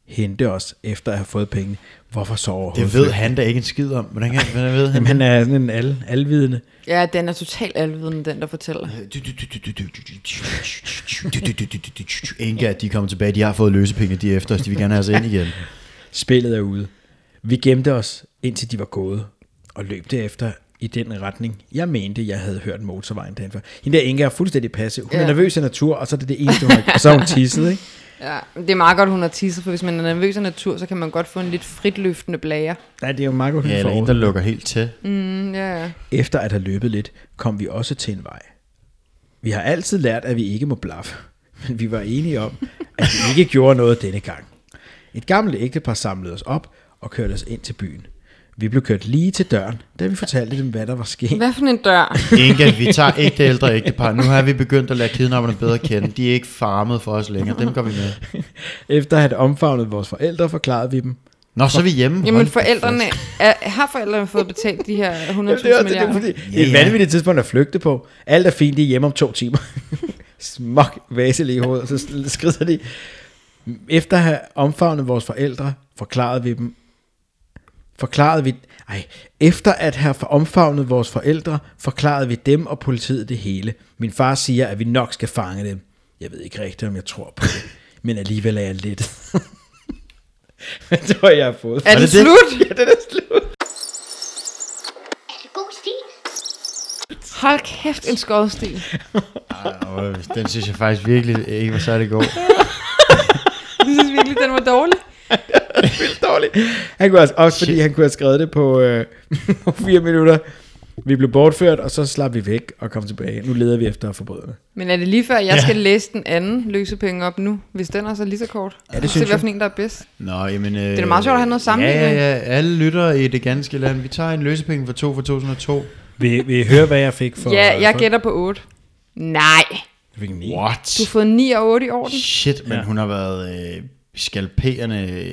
Speaker 2: hente os, efter at have fået pengene. Hvorfor så overhovedet?
Speaker 4: Det ved
Speaker 2: flygte?
Speaker 4: han da ikke en skid om. Hvordan kan hvordan ved han?
Speaker 2: Jamen, han er sådan en al, alvidende.
Speaker 3: Ja, den er totalt alvidende, den der fortæller.
Speaker 4: Inga, de kommer tilbage. De har fået løsepenge, de er efter os. De vil gerne have os ind igen.
Speaker 2: Spillet er ude. Vi gemte os, indtil de var gået, og løb derefter i den retning, jeg mente, jeg havde hørt motorvejen derhenfor. Hende der Inge er fuldstændig passiv. Hun ja.
Speaker 3: Ja.
Speaker 2: er nervøs af natur, og så er det det eneste, hun har. Og så har hun tisset, ikke?
Speaker 3: Ja, det er meget godt, hun har tisset, for hvis man er nervøs af natur, så kan man godt få en lidt fritløftende blære.
Speaker 2: Nej, det er jo meget godt, hun
Speaker 4: Ja,
Speaker 2: ja,
Speaker 4: eller en,
Speaker 2: får
Speaker 4: der
Speaker 2: der...
Speaker 4: lukker helt til.
Speaker 3: Mm, ja, ja.
Speaker 2: Efter at have løbet lidt, kom vi også til en vej. Vi har altid lært, at vi ikke må blaffe, men vi var enige om, at vi ikke gjorde noget denne gang. Et gammelt ægtepar samlede os op og kørte os ind til byen. Vi blev kørt lige til døren, da vi fortalte dem, hvad der var sket.
Speaker 3: Hvad for en dør?
Speaker 4: Inga, vi tager ikke det ældre ægtepar. Nu har vi begyndt at lære kidnapperne bedre at kende. De er ikke farmet for os længere. Dem går vi med.
Speaker 2: Efter at have omfavnet vores forældre, forklarede vi dem.
Speaker 4: Nå, så er vi hjemme.
Speaker 3: Jamen
Speaker 4: Hold da
Speaker 3: forældrene,
Speaker 4: fast.
Speaker 3: er, har forældrene fået betalt de her 100.000 milliarder?
Speaker 2: det er et
Speaker 4: Ja, ja.
Speaker 2: vanvittigt tidspunkt at flygte på. Alt er fint, de er hjemme om to timer. Smok vase lige i hovedet, og så skrider de. Efter at have omfavnet vores forældre, forklarede vi dem, forklarede vi, ej, efter at have omfavnet vores forældre, forklarede vi dem og politiet det hele. Min far siger, at vi nok skal fange dem. Jeg ved ikke rigtigt, om jeg tror på det, men alligevel er jeg lidt. det tror jeg, jeg har fået.
Speaker 3: Er
Speaker 4: Var
Speaker 3: det,
Speaker 4: det det?
Speaker 3: slut?
Speaker 1: Er det god stil?
Speaker 3: Hold kæft, en skodstil.
Speaker 4: Ej, øh, Den synes jeg faktisk virkelig ikke var særlig god.
Speaker 3: Jeg synes virkelig, den var dårlig.
Speaker 2: dårligt. Han kunne også, også fordi han kunne have skrevet det på øh, på fire minutter. Vi blev bortført, og så slap vi væk og kom tilbage. Nu leder vi efter forbryderne.
Speaker 3: Men er det lige før, jeg skal læse den anden løsepenge op nu, hvis den også er lige så kort? Ja,
Speaker 2: det synes
Speaker 3: Se, hvad for en, der er bedst.
Speaker 4: Nå, jamen... Øh, det
Speaker 3: er da meget sjovt at have noget sammenligning.
Speaker 4: Ja, ja, ja. Alle lytter i det ganske land. Vi tager en løsepenge for to for 2002.
Speaker 2: Vil, vil I høre, hvad jeg fik for...
Speaker 3: Ja, jeg
Speaker 2: for,
Speaker 3: gætter på 8. Nej,
Speaker 2: Jeg fik en wow.
Speaker 4: What?
Speaker 3: du har fået 9 og 8 i orden.
Speaker 4: Shit, men ja. hun har været øh, skalperende.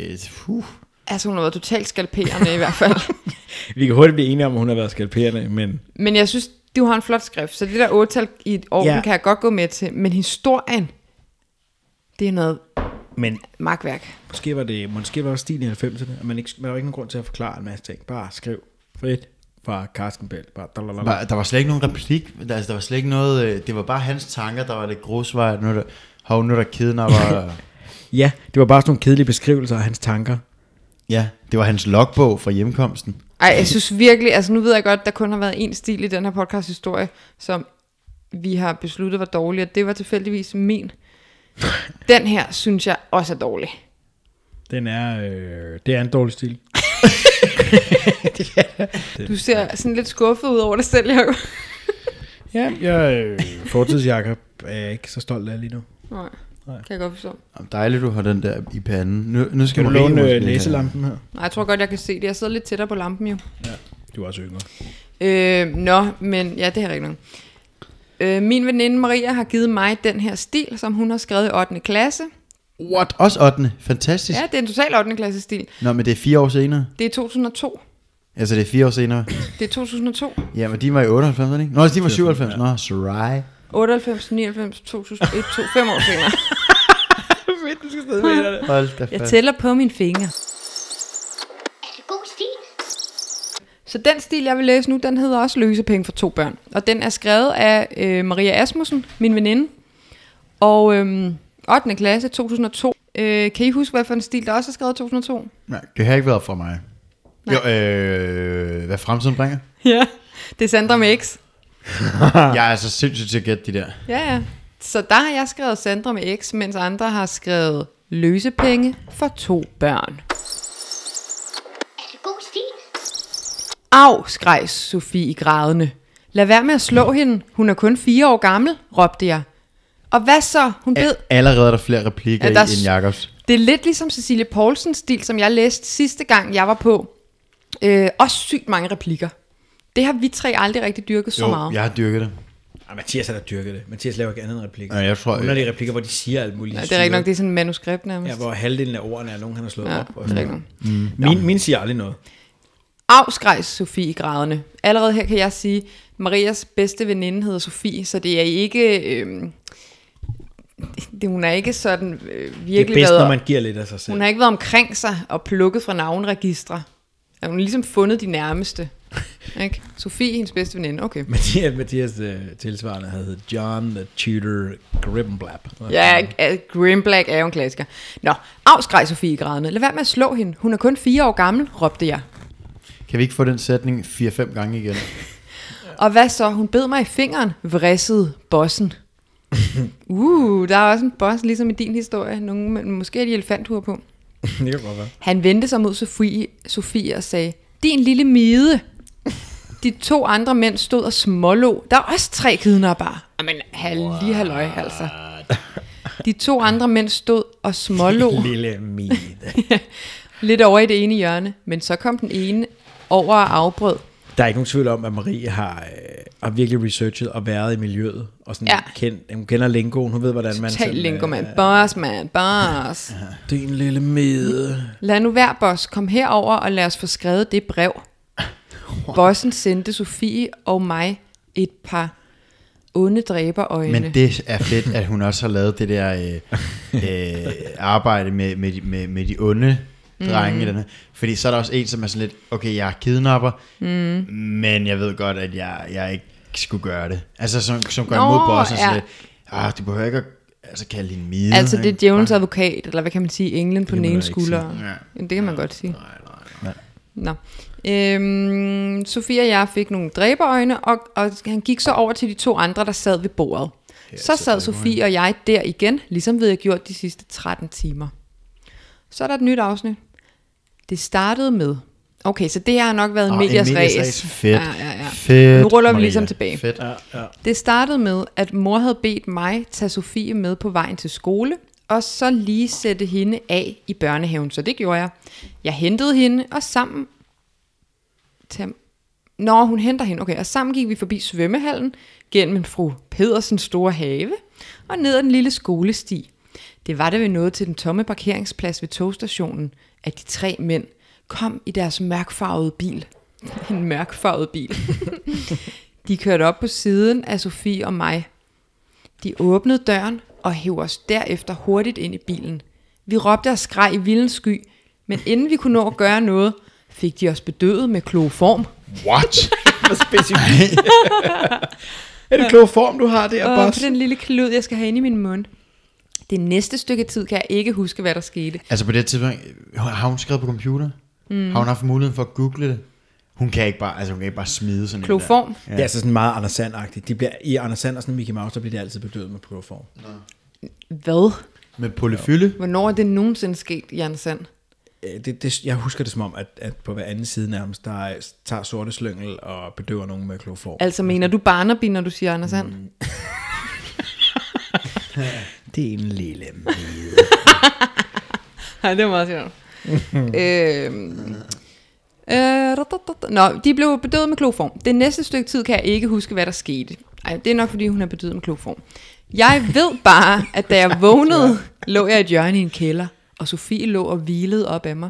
Speaker 4: Uh.
Speaker 3: Altså, hun har været totalt skalperende i hvert fald.
Speaker 2: Vi kan hurtigt blive enige om, at hun har været skalperende, men...
Speaker 3: Men jeg synes, du har en flot skrift, så det der 8 i et orden
Speaker 2: Ja.
Speaker 3: ja. kan jeg godt gå med til. Men historien, det er noget
Speaker 2: Men
Speaker 3: magtværk.
Speaker 2: måske var det måske var det stilen i 90'erne, og man, ikke, man var ikke nogen grund til at forklare en masse ting. Bare skriv frit fra Carsten Bell. Bare dalalala.
Speaker 4: Var, der var slet ikke nogen replik. Altså, der var slet ikke noget... Øh, det var bare hans tanker, der var lidt grusvej. Nu er der, hov, nu er der kidnapper.
Speaker 2: Ja, det var bare sådan nogle kedelige beskrivelser af hans tanker.
Speaker 4: Ja, det var hans logbog fra hjemkomsten.
Speaker 3: Ej, jeg synes virkelig, altså nu ved jeg godt, der kun har været én stil i den her podcast historie, som vi har besluttet var dårlig, og det var tilfældigvis min. Den her synes jeg også er dårlig.
Speaker 2: Den er, øh, det er en dårlig stil.
Speaker 3: Du ser sådan lidt skuffet ud over dig selv, Jacob.
Speaker 2: Ja, jeg, øh, fortidsjakker er jeg ikke så stolt af lige nu.
Speaker 3: Nej, kan jeg godt forstå.
Speaker 4: Jamen, Dejligt, du har den der i panden. Nu, nu skal
Speaker 2: Kan du
Speaker 4: Marie
Speaker 2: låne
Speaker 4: måske
Speaker 2: øh,
Speaker 4: have-
Speaker 2: læselampen her?
Speaker 3: Nej, jeg tror godt, jeg kan se det. Jeg sidder lidt tættere på lampen jo.
Speaker 2: Du er også yngre.
Speaker 3: Øh, nå, men ja, det er rigtigt nok. Øh, min veninde Maria har givet mig den her stil, som hun har skrevet i 8. klasse.
Speaker 4: What? Også 8. Fantastisk.
Speaker 3: Ja, det er en total 8. klasse stil.
Speaker 4: Nå, men det er fire år senere.
Speaker 3: Det er 2002.
Speaker 4: Altså, det er fire år senere.
Speaker 3: Det er 2002.
Speaker 4: Ja, men de var i 98, var det ikke? Nå, altså, de var 97. Nå, sorry.
Speaker 3: 98, 99, 2001, 2, 5 år senere.
Speaker 4: Hold da
Speaker 3: Jeg
Speaker 4: fast.
Speaker 3: tæller på mine fingre.
Speaker 1: god stil?
Speaker 3: Så den stil, jeg vil læse nu, den hedder også Løsepenge for to børn. Og den er skrevet af øh, Maria Asmussen, min veninde. Og øh, 8. klasse 2002. Øh, kan I huske, hvad for en stil, der også er skrevet i 2002?
Speaker 4: Nej, det har ikke været fra mig. Jo, øh, hvad fremtiden bringer?
Speaker 3: Ja. Det er Sandra med X.
Speaker 4: Jeg er altså sindssygt til at gætte de der.
Speaker 3: Ja, ja. Så der har jeg skrevet Sandra med X, mens andre har skrevet Løsepenge for to børn.
Speaker 1: god stil?
Speaker 3: Au, skreg Sofie i grædende. Lad være med at
Speaker 2: Mm.
Speaker 3: slå hende. Hun er kun fire år gammel, råbte jeg. Og hvad så? Hun bed.
Speaker 4: Allerede er der flere replikker
Speaker 3: Ja,
Speaker 4: ja,
Speaker 3: der
Speaker 4: der
Speaker 3: er
Speaker 4: i,
Speaker 3: s-
Speaker 4: end Jacobs.
Speaker 3: Det er lidt ligesom Cecilie Poulsens stil, som jeg læste sidste gang, jeg var på. Øh, også sygt mange replikker. Det har vi tre aldrig rigtig dyrket så meget.
Speaker 4: jeg har dyrket det.
Speaker 2: Ej, Ah, Mathias har da dyrket det. Mathias laver ikke andet end replikker.
Speaker 4: Ja, jeg tror,
Speaker 2: Hun har de replikker, hvor de siger alt muligt.
Speaker 3: Ja, det er rigtigt nok, det er sådan et manuskript nærmest.
Speaker 2: Ja, hvor halvdelen af ordene er nogen, han har slået
Speaker 3: ja,
Speaker 2: op.
Speaker 3: det er rigtigt nok.
Speaker 2: Min, min siger aldrig noget.
Speaker 3: Afskreg Sofie i grædende. Allerede her kan jeg sige, Marias bedste veninde hedder Sofie, så det er ikke... Øh, det, hun er ikke sådan øh,
Speaker 2: Det er
Speaker 3: virkelig
Speaker 2: bedst,
Speaker 3: været,
Speaker 2: når man giver lidt af sig selv.
Speaker 3: Hun har ikke været omkring sig og plukket fra navnregistre. Ja, Hun har ligesom fundet de nærmeste. Ikke? Sofie, hendes bedste veninde. Okay.
Speaker 2: Mathias, Mathias øh, tilsvarende havde heddet John the Tudor Gribbenblab.
Speaker 3: Ja, g- Grim Black er jo en klassiker. Nå, afskreg Sofie i grædende. Lad være med at slå hende. Hun er kun fire år gammel, råbte jeg.
Speaker 4: Kan vi ikke få den sætning 4-5 gange igen?
Speaker 3: Og hvad så? Hun bed mig i fingeren, vrissede bossen. Uh, der er også en boss, ligesom i din historie. Nogle, men måske er de elefanthuer på.
Speaker 2: det kan godt være.
Speaker 3: Han vendte sig mod Sofie, Sofie og sagde, din lille mide. De to andre mænd stod og smålå. Der er også tre kidnappere. Jamen, hal- lige halløj, altså. De to andre mænd stod og smålå
Speaker 2: Lille Mine.
Speaker 3: lidt over i det ene hjørne, men så kom den ene over og afbrød.
Speaker 2: Der er ikke nogen tvivl om, at Marie har, øh, har virkelig researchet og været i miljøet. Og sådan
Speaker 3: Ja.
Speaker 2: ja. kendt, hun kender lingoen, hun ved, hvordan man...
Speaker 3: Tal
Speaker 2: sådan, øh,
Speaker 3: Linkoman, boss man, boss.
Speaker 2: Din lille mede.
Speaker 3: Lad nu være, boss. Kom herover og lad os få skrevet det brev. Bossen sendte Sofie og mig et par onde dræberøjne.
Speaker 4: Men det er fedt, at hun også har lavet det der øh, øh, arbejde med, med, de- med, med de onde drenge. Mm. Den her. Fordi så er der også en, som er sådan lidt, okay, jeg er kidnapper, mm. men jeg ved godt, at jeg, jeg ikke skulle gøre det. Altså, som, som går
Speaker 3: Nå,
Speaker 4: imod bossen sådan
Speaker 3: ja.
Speaker 4: lidt, ah, du behøver ikke at altså, kalde din mide.
Speaker 3: altså, det er
Speaker 4: ikke?
Speaker 3: djævelens advokat, eller hvad kan man sige, englen på den
Speaker 2: man
Speaker 3: ene
Speaker 2: da ikke
Speaker 3: skulder.
Speaker 4: sige. Ja.
Speaker 3: Ja. Det kan man godt sige. Nå. Øhm, Sofie og jeg fik nogle dræberøjne, og, og han gik så over til de to andre, der sad ved bordet. så sad Sofie og jeg der igen, ligesom vi havde gjort de sidste 13 timer. Så er der et nyt afsnit. Det startede med... Okay, så det her har nok været en
Speaker 4: Åh,
Speaker 3: medias
Speaker 4: Emilias
Speaker 3: race.
Speaker 4: ræs. Fedt.
Speaker 3: Ja, ja, ja.
Speaker 4: Fedt,
Speaker 3: nu ruller vi
Speaker 4: Maria.
Speaker 3: ligesom tilbage.
Speaker 4: Fedt.
Speaker 3: Det startede med, at mor havde bedt mig tage Sofie med på vejen til skole, og så lige sætte hende af i børnehaven, så det gjorde jeg. Jeg hentede hende, og sammen... Tam... Nå, hun henter hende, okay. Og sammen gik vi forbi svømmehallen, gennem en fru Pedersens store have, og ned ad den lille skolesti. Det var da vi nåede til den tomme parkeringsplads ved togstationen, at de tre mænd kom i deres mørkfarvede bil. En mørkfarvet bil. De kørte op på siden af Sofie og mig. De åbnede døren og hævde os derefter hurtigt ind i bilen. Vi råbte og skreg i vildens sky, men inden vi kunne nå at gøre noget, fik de os bedøvet med kloform.
Speaker 4: What?
Speaker 2: Er det klog form, du har der,
Speaker 3: Og
Speaker 2: boss?
Speaker 3: på den lille klud, jeg skal have inde i min mund. Det næste stykke tid kan jeg ikke huske, hvad der skete.
Speaker 4: Altså på det tidspunkt, øh, har hun skrevet på computer? Mm. Har hun haft muligheden for at google det? Hun kan ikke bare, altså hun kan ikke bare smide sådan
Speaker 3: Kloform.
Speaker 4: en der.
Speaker 2: Ja. Det er altså sådan meget Anders Sand-agtigt. De bliver, I Anders Sand og sådan Mickey Mouse, der bliver de altid bedøvet med prøveform.
Speaker 3: Hvad?
Speaker 4: Med polyfylde?
Speaker 3: Hvornår er det nogensinde sket, Jan Sand?
Speaker 2: Øh, Det, det, jeg husker det som om, at, at på hver anden side nærmest, der er- tager sorte slyngel og bedøver nogen med kloform.
Speaker 3: Altså mener du Barnaby, når du siger Anders Sand?
Speaker 2: det er en lille
Speaker 3: Ja, det var meget sjovt. øhm, øh, da, da, da, da. Nå, de blev bedøvet med kloform. Det næste stykke tid kan jeg ikke huske, hvad der skete. Ej, det er nok, fordi hun er bedøvet med kloform. Jeg ved bare, at da jeg vågnede, lå jeg i et hjørne i en kælder, og Sofie lå og hvilede op af mig.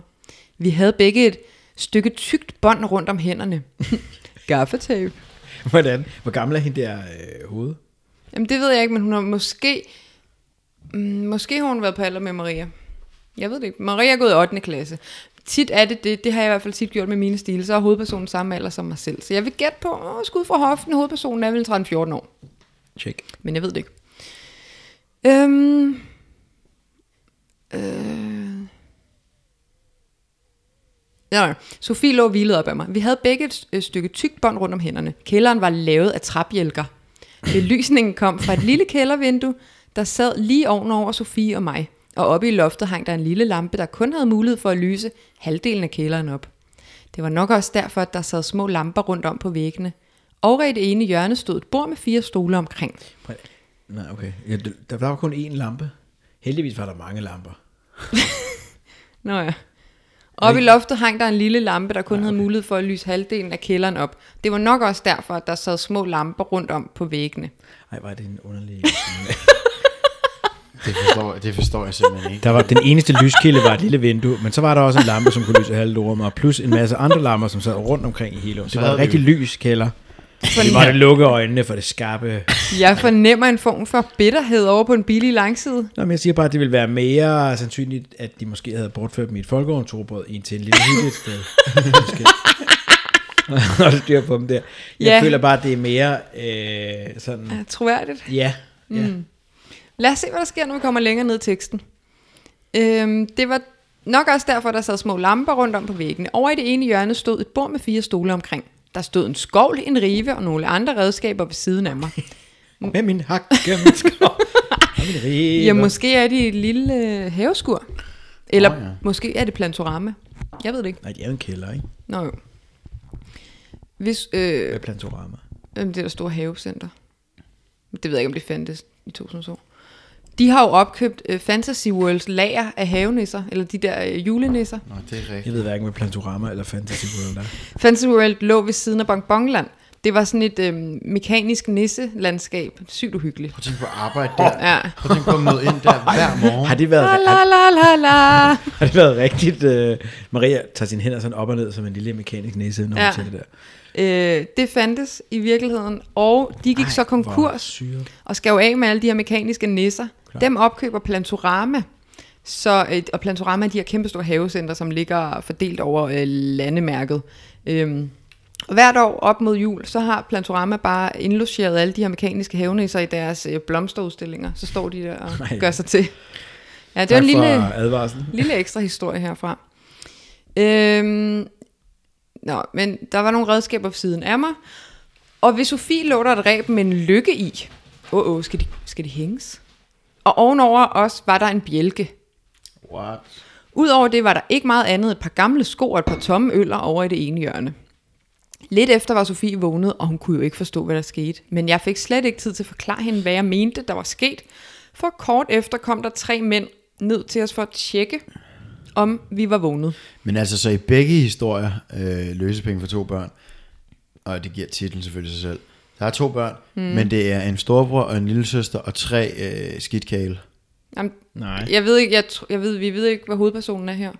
Speaker 3: Vi havde begge et stykke tykt bånd rundt om hænderne. Gaffetape.
Speaker 2: Hvordan? Hvor gammel er hende der øh, hoved?
Speaker 3: Jamen, det ved jeg ikke, men hun har måske... Mm, Måske har hun været på alder med Maria. Jeg ved det ikke. Maria er gået i 8. klasse. Tit er det det. Det har jeg i hvert fald tit gjort med mine stile. Så er hovedpersonen samme alder som mig selv. Så jeg vil gætte på, åh, skud fra hoften, hovedpersonen er vel 13-14 år.
Speaker 2: Check.
Speaker 3: Men jeg ved det ikke. Øhm, øh, Ja, nej. Sofie lå hvilet op af mig. Vi havde begge et øh, stykke tykt bånd rundt om hænderne. Kælderen var lavet af træbjælker. Belysningen kom fra et lille kældervindue, der sad lige ovenover Sofie og mig. Og oppe i loftet hang der en lille lampe, der kun havde mulighed for at lyse halvdelen af kælderen op. Det var nok også derfor, at der sad små lamper rundt om på væggene. Over i det ene hjørne stod et bord med fire stole omkring.
Speaker 2: Nej, okay. Ja, der, der var kun én lampe. Heldigvis var der mange lamper.
Speaker 3: Nå ja. Oppe i loftet hang der en lille lampe, der kun havde mulighed for at lyse halvdelen af kælderen op. Det var nok også derfor, at der sad små lamper rundt om på væggene.
Speaker 2: Ej, var det en underlig...
Speaker 4: Det forstår, det forstår jeg simpelthen ikke.
Speaker 2: der var den eneste lyskilde var et lille vindue, men så var der også en lampe, som kunne lyse halve lorm, og plus en masse andre lamper, som sad rundt omkring i hele. Det var en
Speaker 4: havde vi
Speaker 2: rigtig lys kælder. Det var det lukke øjnene for det skarpe.
Speaker 3: Jeg fornemmer en form for bitterhed over på en billig langside.
Speaker 2: Nå, men jeg siger bare, at det ville være mere sandsynligt, at de måske havde bortført mit folkeordentorbrød ind til en lille hyggeligt sted. Måske. og så styr på dem der. Jeg
Speaker 3: Ja.
Speaker 2: føler bare, at det er mere øh, sådan...
Speaker 3: Ja, Troværdigt.
Speaker 2: Ja, ja. Mm.
Speaker 3: Lad os se, hvad der sker, når vi kommer længere ned i teksten. Øhm, det var nok også derfor, der sad små lamper rundt om på væggene. Over i det ene hjørne stod et bord med fire stole omkring. Der stod en skovl, en rive og nogle andre redskaber ved siden af mig. Mm.
Speaker 2: Med min hakke, min skov. og min rive.
Speaker 3: Ja, måske er det et lille øh, haveskur. Eller
Speaker 4: Nå,
Speaker 3: oh,
Speaker 4: ja.
Speaker 3: ja. måske er det plantorama. Jeg ved det ikke.
Speaker 2: Nej, det er jo en kælder, ikke?
Speaker 3: Nå jo. Hvis, øh,
Speaker 2: Med plantorama.
Speaker 3: Øhm, Det der store havecenter. Det ved jeg ikke, om det fandtes i 2000 år. De har jo opkøbt øh, Fantasy Worlds lager af havenisser, eller de der øh, julenisser.
Speaker 4: Nå, det er rigtigt.
Speaker 2: Jeg ved hverken, hvad plantorama eller fantasy world er.
Speaker 3: Fantasy World lå ved siden af Bongbongland. Det var sådan et øhm, mekanisk nisselandskab. Sygt uhyggeligt.
Speaker 4: Prøv at tænke på at arbejde der.
Speaker 3: Ja.
Speaker 4: Prøv at tænke på at møde ind der hver morgen.
Speaker 2: Har det været,
Speaker 3: La
Speaker 2: har,
Speaker 3: la la la la.
Speaker 2: har det været rigtigt? Øh, Maria tager sine hænder sådan op og ned, som en lille mekanisk næse, når ja.
Speaker 3: Ja.
Speaker 2: hun siger det der.
Speaker 3: Øh, det fandtes i virkeligheden, og de gik Ej, så
Speaker 2: Hvor
Speaker 3: konkurs.
Speaker 2: Syret.
Speaker 3: og skal jo af med alle de her mekaniske nisser. Klar. Dem opkøber Plantorama. Så, øh, og Plantorama er de her kæmpestore havecenter, som ligger fordelt over øh, landemærket. Øhm, og hvert år op mod jul, så har Plantorama bare indlogeret alle de her mekaniske havenisser i deres øh, blomsterudstillinger. Så står de der og
Speaker 2: Nej.
Speaker 3: gør sig til. Ja, det
Speaker 2: Det var
Speaker 3: var en lille,
Speaker 2: for advarslen.
Speaker 3: lille ekstra historie herfra. Øhm, nå, men der var nogle redskaber ved siden af mig. Og ved Sofie lå der et ræb med en lykke i. Åh, oh, oh, skal, de, skal de hænges? Og ovenover os var der en bjælke.
Speaker 4: What?
Speaker 3: Udover det var der ikke meget andet. Et par gamle sko og et par tomme øller over i det ene hjørne. Lidt efter var Sofie vågnet, og hun kunne jo ikke forstå, hvad der skete. Men jeg fik slet ikke tid til at forklare hende, hvad jeg mente, der var sket. For kort efter kom der tre mænd ned til os for at tjekke, om vi var vågnet.
Speaker 4: Men altså, så i begge historier, øh, løsepenge for to børn, og det giver titlen selvfølgelig sig selv. Der er to børn, mm. men det er en storebror og en lille søster og tre øh, skidtkale.
Speaker 3: Jamen,
Speaker 2: Nej,
Speaker 3: jeg ved ikke, jeg, tr- jeg ved, vi ved ikke, hvad hovedpersonen er her.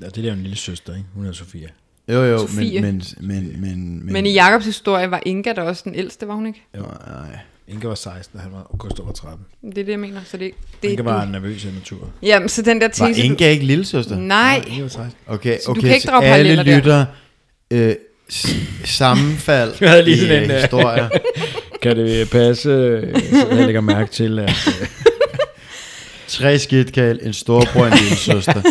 Speaker 2: ja. det der er jo en lille søster, ikke? Hun er Sofia.
Speaker 4: Jo, jo,
Speaker 3: Sofie.
Speaker 4: men, men, men, men,
Speaker 3: Men i Jakobs historie var Inga da også den ældste, var hun ikke?
Speaker 4: Nej.
Speaker 2: Inge var 16, og han var, og Gustav var 13.
Speaker 3: Det er det, jeg mener. Så det, det
Speaker 2: Inge
Speaker 3: du-
Speaker 2: var nervøs af natur.
Speaker 3: Jamen, så den der tese...
Speaker 4: Var Inga ikke lille søster?
Speaker 3: Du... Nej,
Speaker 2: Inge var 16.
Speaker 4: Okay,
Speaker 3: Så du
Speaker 4: okay,
Speaker 3: kan ikke
Speaker 4: så
Speaker 3: drage
Speaker 4: alle
Speaker 3: paralleller der.
Speaker 4: lytter, øh, s- sammenfald
Speaker 2: Jeg havde lige sådan
Speaker 4: i
Speaker 2: en,
Speaker 4: øh,
Speaker 2: øh,
Speaker 4: historier.
Speaker 2: Kan det passe? Jeg lægger mærke til, at
Speaker 4: Tre skidtkal, en storbror og en lille søster.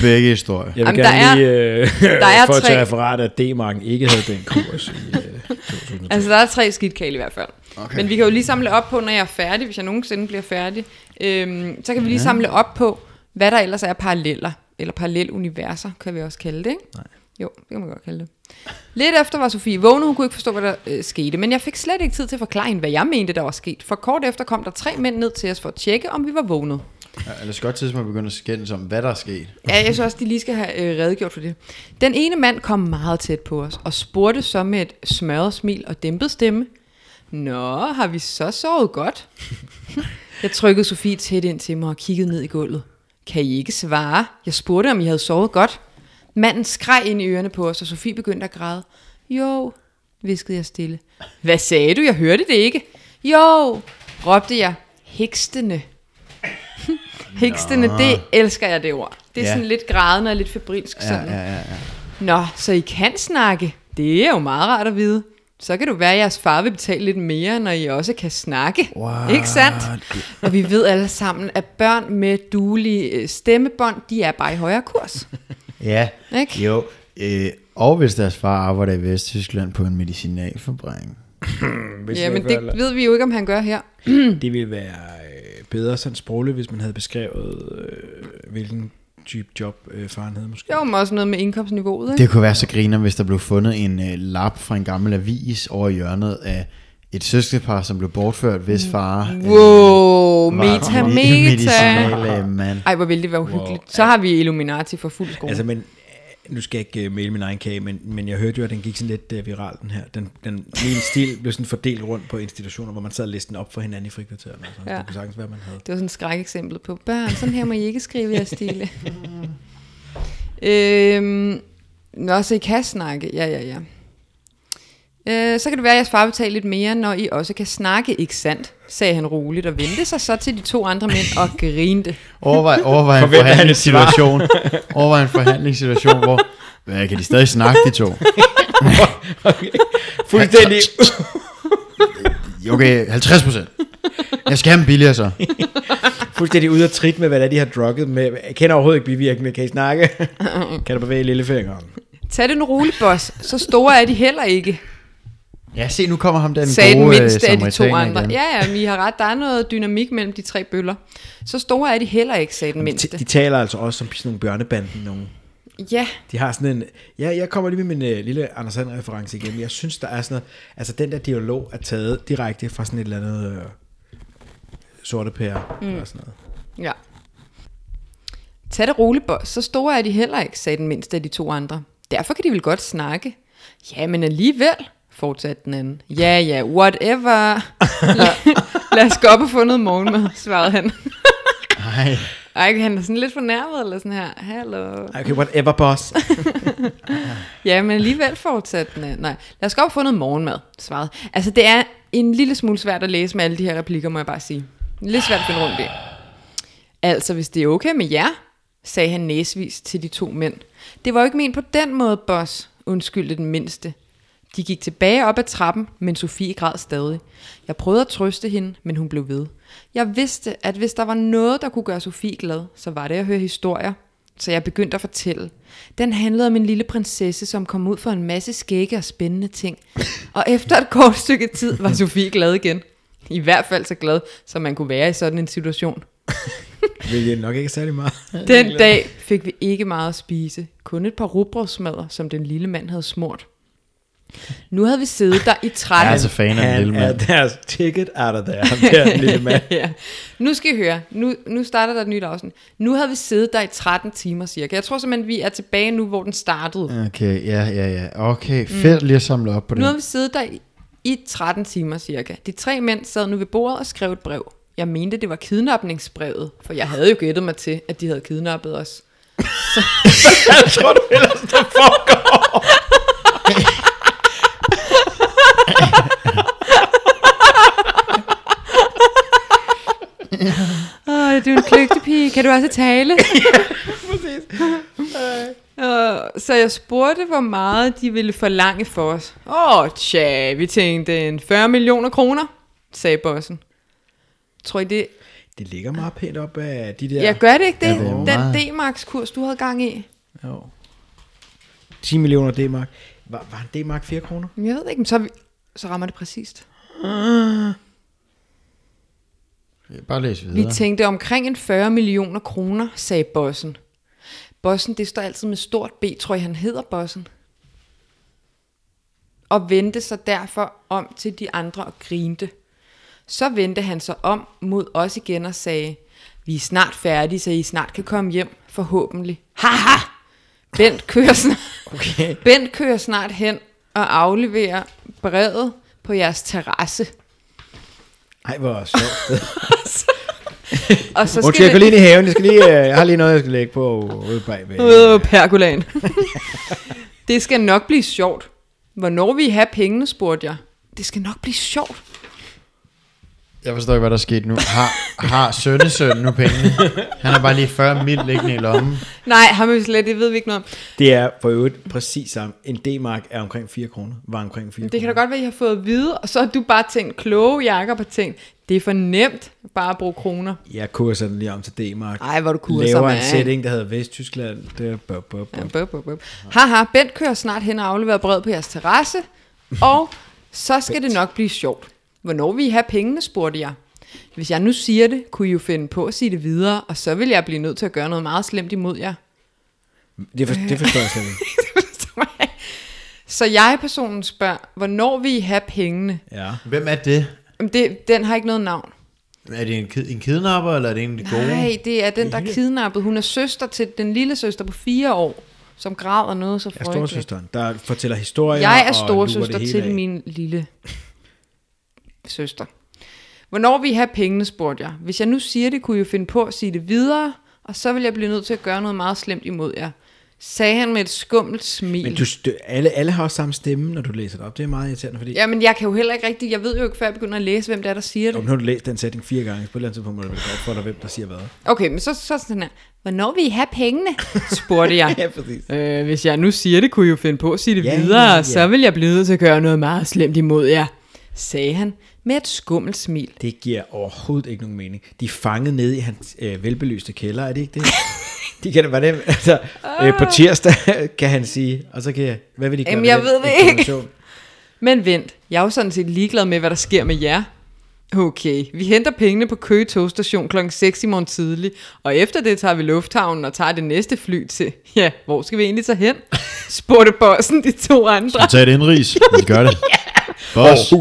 Speaker 4: Begge historier.
Speaker 2: Jeg vil
Speaker 3: Jamen,
Speaker 2: Jamen,
Speaker 3: der
Speaker 2: gerne
Speaker 3: er-
Speaker 2: lige øh,
Speaker 3: der er
Speaker 2: få
Speaker 3: tre-
Speaker 2: til referat, at D-marken ikke havde den kurs i øh, 2000.
Speaker 3: Altså, der er tre skidtkale i hvert fald. Okay. Men vi kan jo lige samle op på, når jeg er færdig, hvis jeg nogensinde bliver færdig. Øhm, så kan vi lige samle op på, hvad der ellers er paralleller. Eller paralleluniverser, kan vi også kalde det, ikke? Nej. Jo, det kan man godt kalde det. Lidt efter var Sofie vågnet, hun kunne ikke forstå, hvad der øh, skete, men jeg fik slet ikke tid til at forklare hende, hvad jeg mente, der var sket. For kort efter kom der tre mænd ned til os for at tjekke, om vi var vågnet.
Speaker 4: Ja, ellers godt tidspunkt begynder at skændes om, hvad der er sket.
Speaker 3: Ja, jeg synes også, de lige skal have øh, redegjort for det. Den ene mand kom meget tæt på os og spurgte så med et smørret smil og dæmpet stemme. Nå, har vi så sovet godt? jeg trykkede Sofie tæt ind til mig og kiggede ned i gulvet. Kan I ikke svare? Jeg spurgte, om I havde sovet godt. Manden skreg ind i ørerne på os, og Sofie begyndte at græde. Jo, viskede jeg stille. Hvad sagde du? Jeg hørte det ikke. Jo, råbte jeg. Hekstene. Hekstene, det elsker jeg det ord. Det er
Speaker 4: Ja.
Speaker 3: ja. sådan lidt grædende og lidt febrilsk sådan.
Speaker 4: Ja, ja, ja.
Speaker 3: Nå, så I kan snakke. Det er jo meget rart at vide. Så kan du være, at jeres far vil betale lidt mere, når I også kan snakke. Wow. Ikke sandt? Og vi ved alle sammen, at børn med duelige øh, stemmebånd, de er bare i højere kurs.
Speaker 4: ja.
Speaker 3: Ikke?
Speaker 4: Jo. Øh, og hvis deres far arbejder i Vesttyskland på en medicinalforbrænding.
Speaker 2: Hvis
Speaker 3: ja,
Speaker 2: jeg
Speaker 3: men
Speaker 2: ikke var-
Speaker 3: det ved vi jo ikke, om han gør her.
Speaker 2: Det ville være øh, bedre sådan sprogligt, hvis man havde beskrevet, øh, hvilken type job øh, faren havde måske.
Speaker 3: Det var jo også noget med indkomstniveauet, ikke?
Speaker 4: Det kunne være så griner, hvis der blev fundet en øh, lap fra en gammel avis over hjørnet af et søskepar, som blev bortført, hvis far... øh,
Speaker 3: Wow,
Speaker 4: var
Speaker 3: Mm. meta,
Speaker 4: med-
Speaker 3: meta.
Speaker 4: Medicinalmand.
Speaker 3: Ej, hvor ville det være uhyggeligt. Så har vi Illuminati for fuld skole.
Speaker 2: Altså, men øh, nu skal jeg ikke øh, male min egen kage, men, men jeg hørte jo, at den gik sådan lidt øh, viral, den her. Den, den, min stil blev sådan fordelt rundt på institutioner, hvor man sad og læste den op for hinanden i frikvarteren. Og sådan. Ja.
Speaker 3: Ja.
Speaker 2: Det kunne sagtens være, man havde.
Speaker 3: Det var sådan et skrækeksempel på børn. Sådan her må I ikke skrive jeres stile. øhm, nå, så I kan snakke. Ja, ja, ja. Øh, så kan det være, at jeres far betaler lidt mere, når I også kan snakke, ikke sandt? sagde han roligt og vendte sig så til de to andre mænd og grinte.
Speaker 4: Overvej, overvej en
Speaker 2: Forventer han et
Speaker 4: forhandlingssituation. overvej en forhandlingssituation, hvor... Hvad, kan de stadig snakke, de to?
Speaker 2: Fuldstændig.
Speaker 4: Okay, 50 procent. Jeg skal have dem billigere så.
Speaker 2: fuldstændig ude af trit med, hvad det er, de har drukket med. Jeg kender overhovedet ikke bivirkende. Kan I snakke? kan du bevæge lillefingeren?
Speaker 3: Tag den roligt, boss. Så store er de heller ikke,
Speaker 4: Ja, se, nu kommer ham der den
Speaker 3: sagde den
Speaker 4: gode øh,
Speaker 3: mindste af de to
Speaker 4: samaritaner
Speaker 3: andre.
Speaker 4: igen.
Speaker 3: Ja, ja, men I har ret. Der er noget dynamik mellem de tre bøller. Så store er de heller ikke, sagde den mindste.
Speaker 2: De, de taler altså også som sådan nogle bjørnebanden, nogen.
Speaker 3: Ja,
Speaker 2: De har sådan en... Ja, jeg kommer lige med min øh, lille Anders Sand reference igen. men Jeg synes, der er sådan noget... Altså, den der dialog er taget direkte fra sådan et eller andet... Øh, sorte pære, mm. eller sådan noget.
Speaker 3: Ja. Tag det roligt, boss. Så store er de heller ikke, sagde den mindste af de to andre. Derfor kan de vel godt snakke. Ja, men alligevel, fortsatte den anden. Ja, ja, whatever. La- Lad os gå op og få noget morgenmad, svarede han.
Speaker 4: Nej,
Speaker 3: Ej, han er sådan lidt fornærmet, eller sådan her. Hallo.
Speaker 2: Okay, whatever, boss.
Speaker 3: Ja, men alligevel fortsatte den. anden. Nej, lad os gå op og få noget morgenmad, svarede. Altså, det er en lille smule svært at læse med alle de her replikker, må jeg bare sige. Lidt svært at finde rundt i. Altså, hvis det er okay med jer, sagde han næsvis til de to mænd. Det var jo ikke ment på den måde, boss, undskyldte den mindste. De gik tilbage op ad trappen, men Sofie græd stadig. Jeg prøvede at trøste hende, men hun blev ved. Jeg vidste, at hvis der var noget, der kunne gøre Sofie glad, så var det at høre historier. Så jeg begyndte at fortælle. Den handlede om en lille prinsesse, som kom ud for en masse skægge og spændende ting. Og efter et kort stykke tid var Sofie glad igen. I hvert fald så glad, som man kunne være i sådan en situation.
Speaker 2: Hvilket nok ikke er særlig meget.
Speaker 3: Den dag fik vi ikke meget at spise. Kun et par rugbrødsmadder, som den lille mand havde smurt. Nu havde vi siddet der i
Speaker 4: jeg er
Speaker 3: 13
Speaker 4: altså fan af den lille
Speaker 2: Han er
Speaker 4: mand.
Speaker 2: deres ticket out of there, ham der lille mand.
Speaker 3: ja. Nu skal I høre. Nu, nu starter der et nyt afsnit. Nu havde vi siddet der i 13 timer cirka. Jeg tror simpelthen, vi er tilbage nu, hvor den startede.
Speaker 4: Okay, ja, ja, ja. Okay, fedt lige at samle op på det.
Speaker 3: Mm. Nu har vi siddet der i, i 13 timer cirka. De tre mænd sad nu ved bordet og skrev et brev. Jeg mente, det var kidnapningsbrevet, for jeg havde jo gættet mig til, at de havde kidnappet os.
Speaker 2: Jeg tror du ellers, der foregår.
Speaker 3: Åh, du er en kløgtepige. Kan du også tale? Øh, så jeg spurgte, hvor meget de ville forlange for os. Åh, tja, vi tænkte en 40 millioner kroner, sagde bossen. Tror I det?
Speaker 2: Det ligger meget pænt op af de der...
Speaker 3: Ja, gør det ikke det?
Speaker 4: Ja, det er
Speaker 3: Den
Speaker 4: meget.
Speaker 3: D-Max-kurs, du havde gang i.
Speaker 2: Jo. 10 millioner D-mark. Var, var en D-mark 4 kroner?
Speaker 3: Men Jeg ved ikke, men så, er vi, så rammer det præcist.
Speaker 4: Bare læs videre.
Speaker 3: Vi tænkte omkring en 40 millioner kroner, sagde bossen. Bossen, det står altid med stort B, tror jeg, han hedder bossen. Og vendte sig derfor om til de andre og grinte. Så vendte han sig om mod os igen og sagde, vi er snart færdige, så I snart kan komme hjem, forhåbentlig. Haha! Bent kører snart.
Speaker 2: Okay.
Speaker 3: Bent kører snart hen og afleverer brevet på jeres terrasse.
Speaker 2: Ej, hvor sjovt.
Speaker 3: Og så
Speaker 2: Undskyld, jeg går lige ind i haven. Jeg, skal lige, øh, jeg har lige noget, jeg skal lægge på ude bagved.
Speaker 3: Øh, pergolan. det skal nok blive sjovt. Hvornår vi have pengene, spurgte jeg. Det skal nok blive sjovt.
Speaker 4: Jeg forstår ikke, hvad der er sket nu. Har, har sønnesøn nu pengene? Han har bare lige 40 mil liggende i lommen.
Speaker 3: Nej, ham er vi slet, det ved vi ikke noget om.
Speaker 2: Det er for øvrigt præcis samme. En D-mark er omkring 4 kroner. Var omkring 4
Speaker 3: Det kan da godt være, I har fået at vide, og så har du bare tænkt, kloge Jakob har tænkt, det er for nemt bare at bruge kroner.
Speaker 2: godt. Jeg kurser den lige om til D-mark.
Speaker 3: Ej, hvor du kurser,
Speaker 2: Laver en
Speaker 3: mand.
Speaker 2: sætning, der hedder Vesttyskland. Det er bup, bup, bup.
Speaker 3: Ja, bup, bup, bup. Haha, Bent kører snart hen og afleverer brevet på jeres terrasse, og så skal det nok blive sjovt. Hvornår vi have pengene, spurgte jeg. Hvis jeg nu siger det, kunne I jo finde på at sige det videre, og så vil jeg blive nødt til at gøre noget meget slemt imod jer.
Speaker 2: Det, for, det forstår jeg slet ikke.
Speaker 3: Det forstår jeg ikke. så jeg-personen spørger, hvornår vil I have pengene?
Speaker 2: Ja.
Speaker 4: Hvem er det?
Speaker 3: Jamen det, den har ikke noget navn.
Speaker 4: Er det en, kid- en kidnapper, eller er det en af de gode?
Speaker 3: Nej, det er den, der er kidnappet. Hun er søster til den lille søster på fire år, som græder noget så
Speaker 2: Jeg er
Speaker 3: frygteligt.
Speaker 2: storesøsteren, der fortæller historier
Speaker 3: Jeg er
Speaker 2: og lurer
Speaker 3: storesøster
Speaker 2: det hele
Speaker 3: til
Speaker 2: af.
Speaker 3: min lille søster. Hvornår vi have pengene, spurgte jeg. Hvis jeg nu siger det, kunne I jo finde på at sige det videre, og så vil jeg blive nødt til at gøre noget meget slemt imod jer. Sagde han med et skummelt smil.
Speaker 2: Men du, stø- alle, alle har også samme stemme, når du læser det op. Det er meget irriterende, fordi...
Speaker 3: Jamen, jeg kan jo heller ikke rigtig, jeg ved jo ikke, før jeg begynder at læse, hvem det er, der siger
Speaker 2: Om
Speaker 3: det.
Speaker 2: nu har du læst den sætning fire gange, så på et eller andet tidspunkt må det vel gå op for dig, hvem der siger hvad.
Speaker 3: Okay, men så, så sådan her. Hvornår vil I have pengene, spurgte jeg.
Speaker 2: præcis.
Speaker 3: Øh, hvis jeg nu siger det, kunne I jo finde på at sige det
Speaker 2: Ja,
Speaker 3: ja, videre,
Speaker 2: ja, ja.
Speaker 3: ja. så vil jeg blive nødt til at gøre noget meget slemt imod jer, sagde han med et skummelt smil.
Speaker 2: Det giver overhovedet ikke nogen mening. De er fanget nede i hans øh, velbelyste kælder, er det ikke det? De kan det være det. Altså, øh, på tirsdag kan han sige, og så kan jeg, hvad vil de gøre
Speaker 3: Ah. Jamen,
Speaker 2: med
Speaker 3: jeg
Speaker 2: den
Speaker 3: ved det ikke.
Speaker 2: information?
Speaker 3: Men vent, jeg er jo sådan set ligeglad med, hvad der sker med jer. Okay, vi henter pengene på Køge togstation kl. 6 i morgen tidlig, og efter det tager vi lufthavnen og tager det næste fly til. Ja, hvor skal vi egentlig så hen? spurgte bossen de to andre.
Speaker 4: Tag et indrigs. Vi gør det. Boss.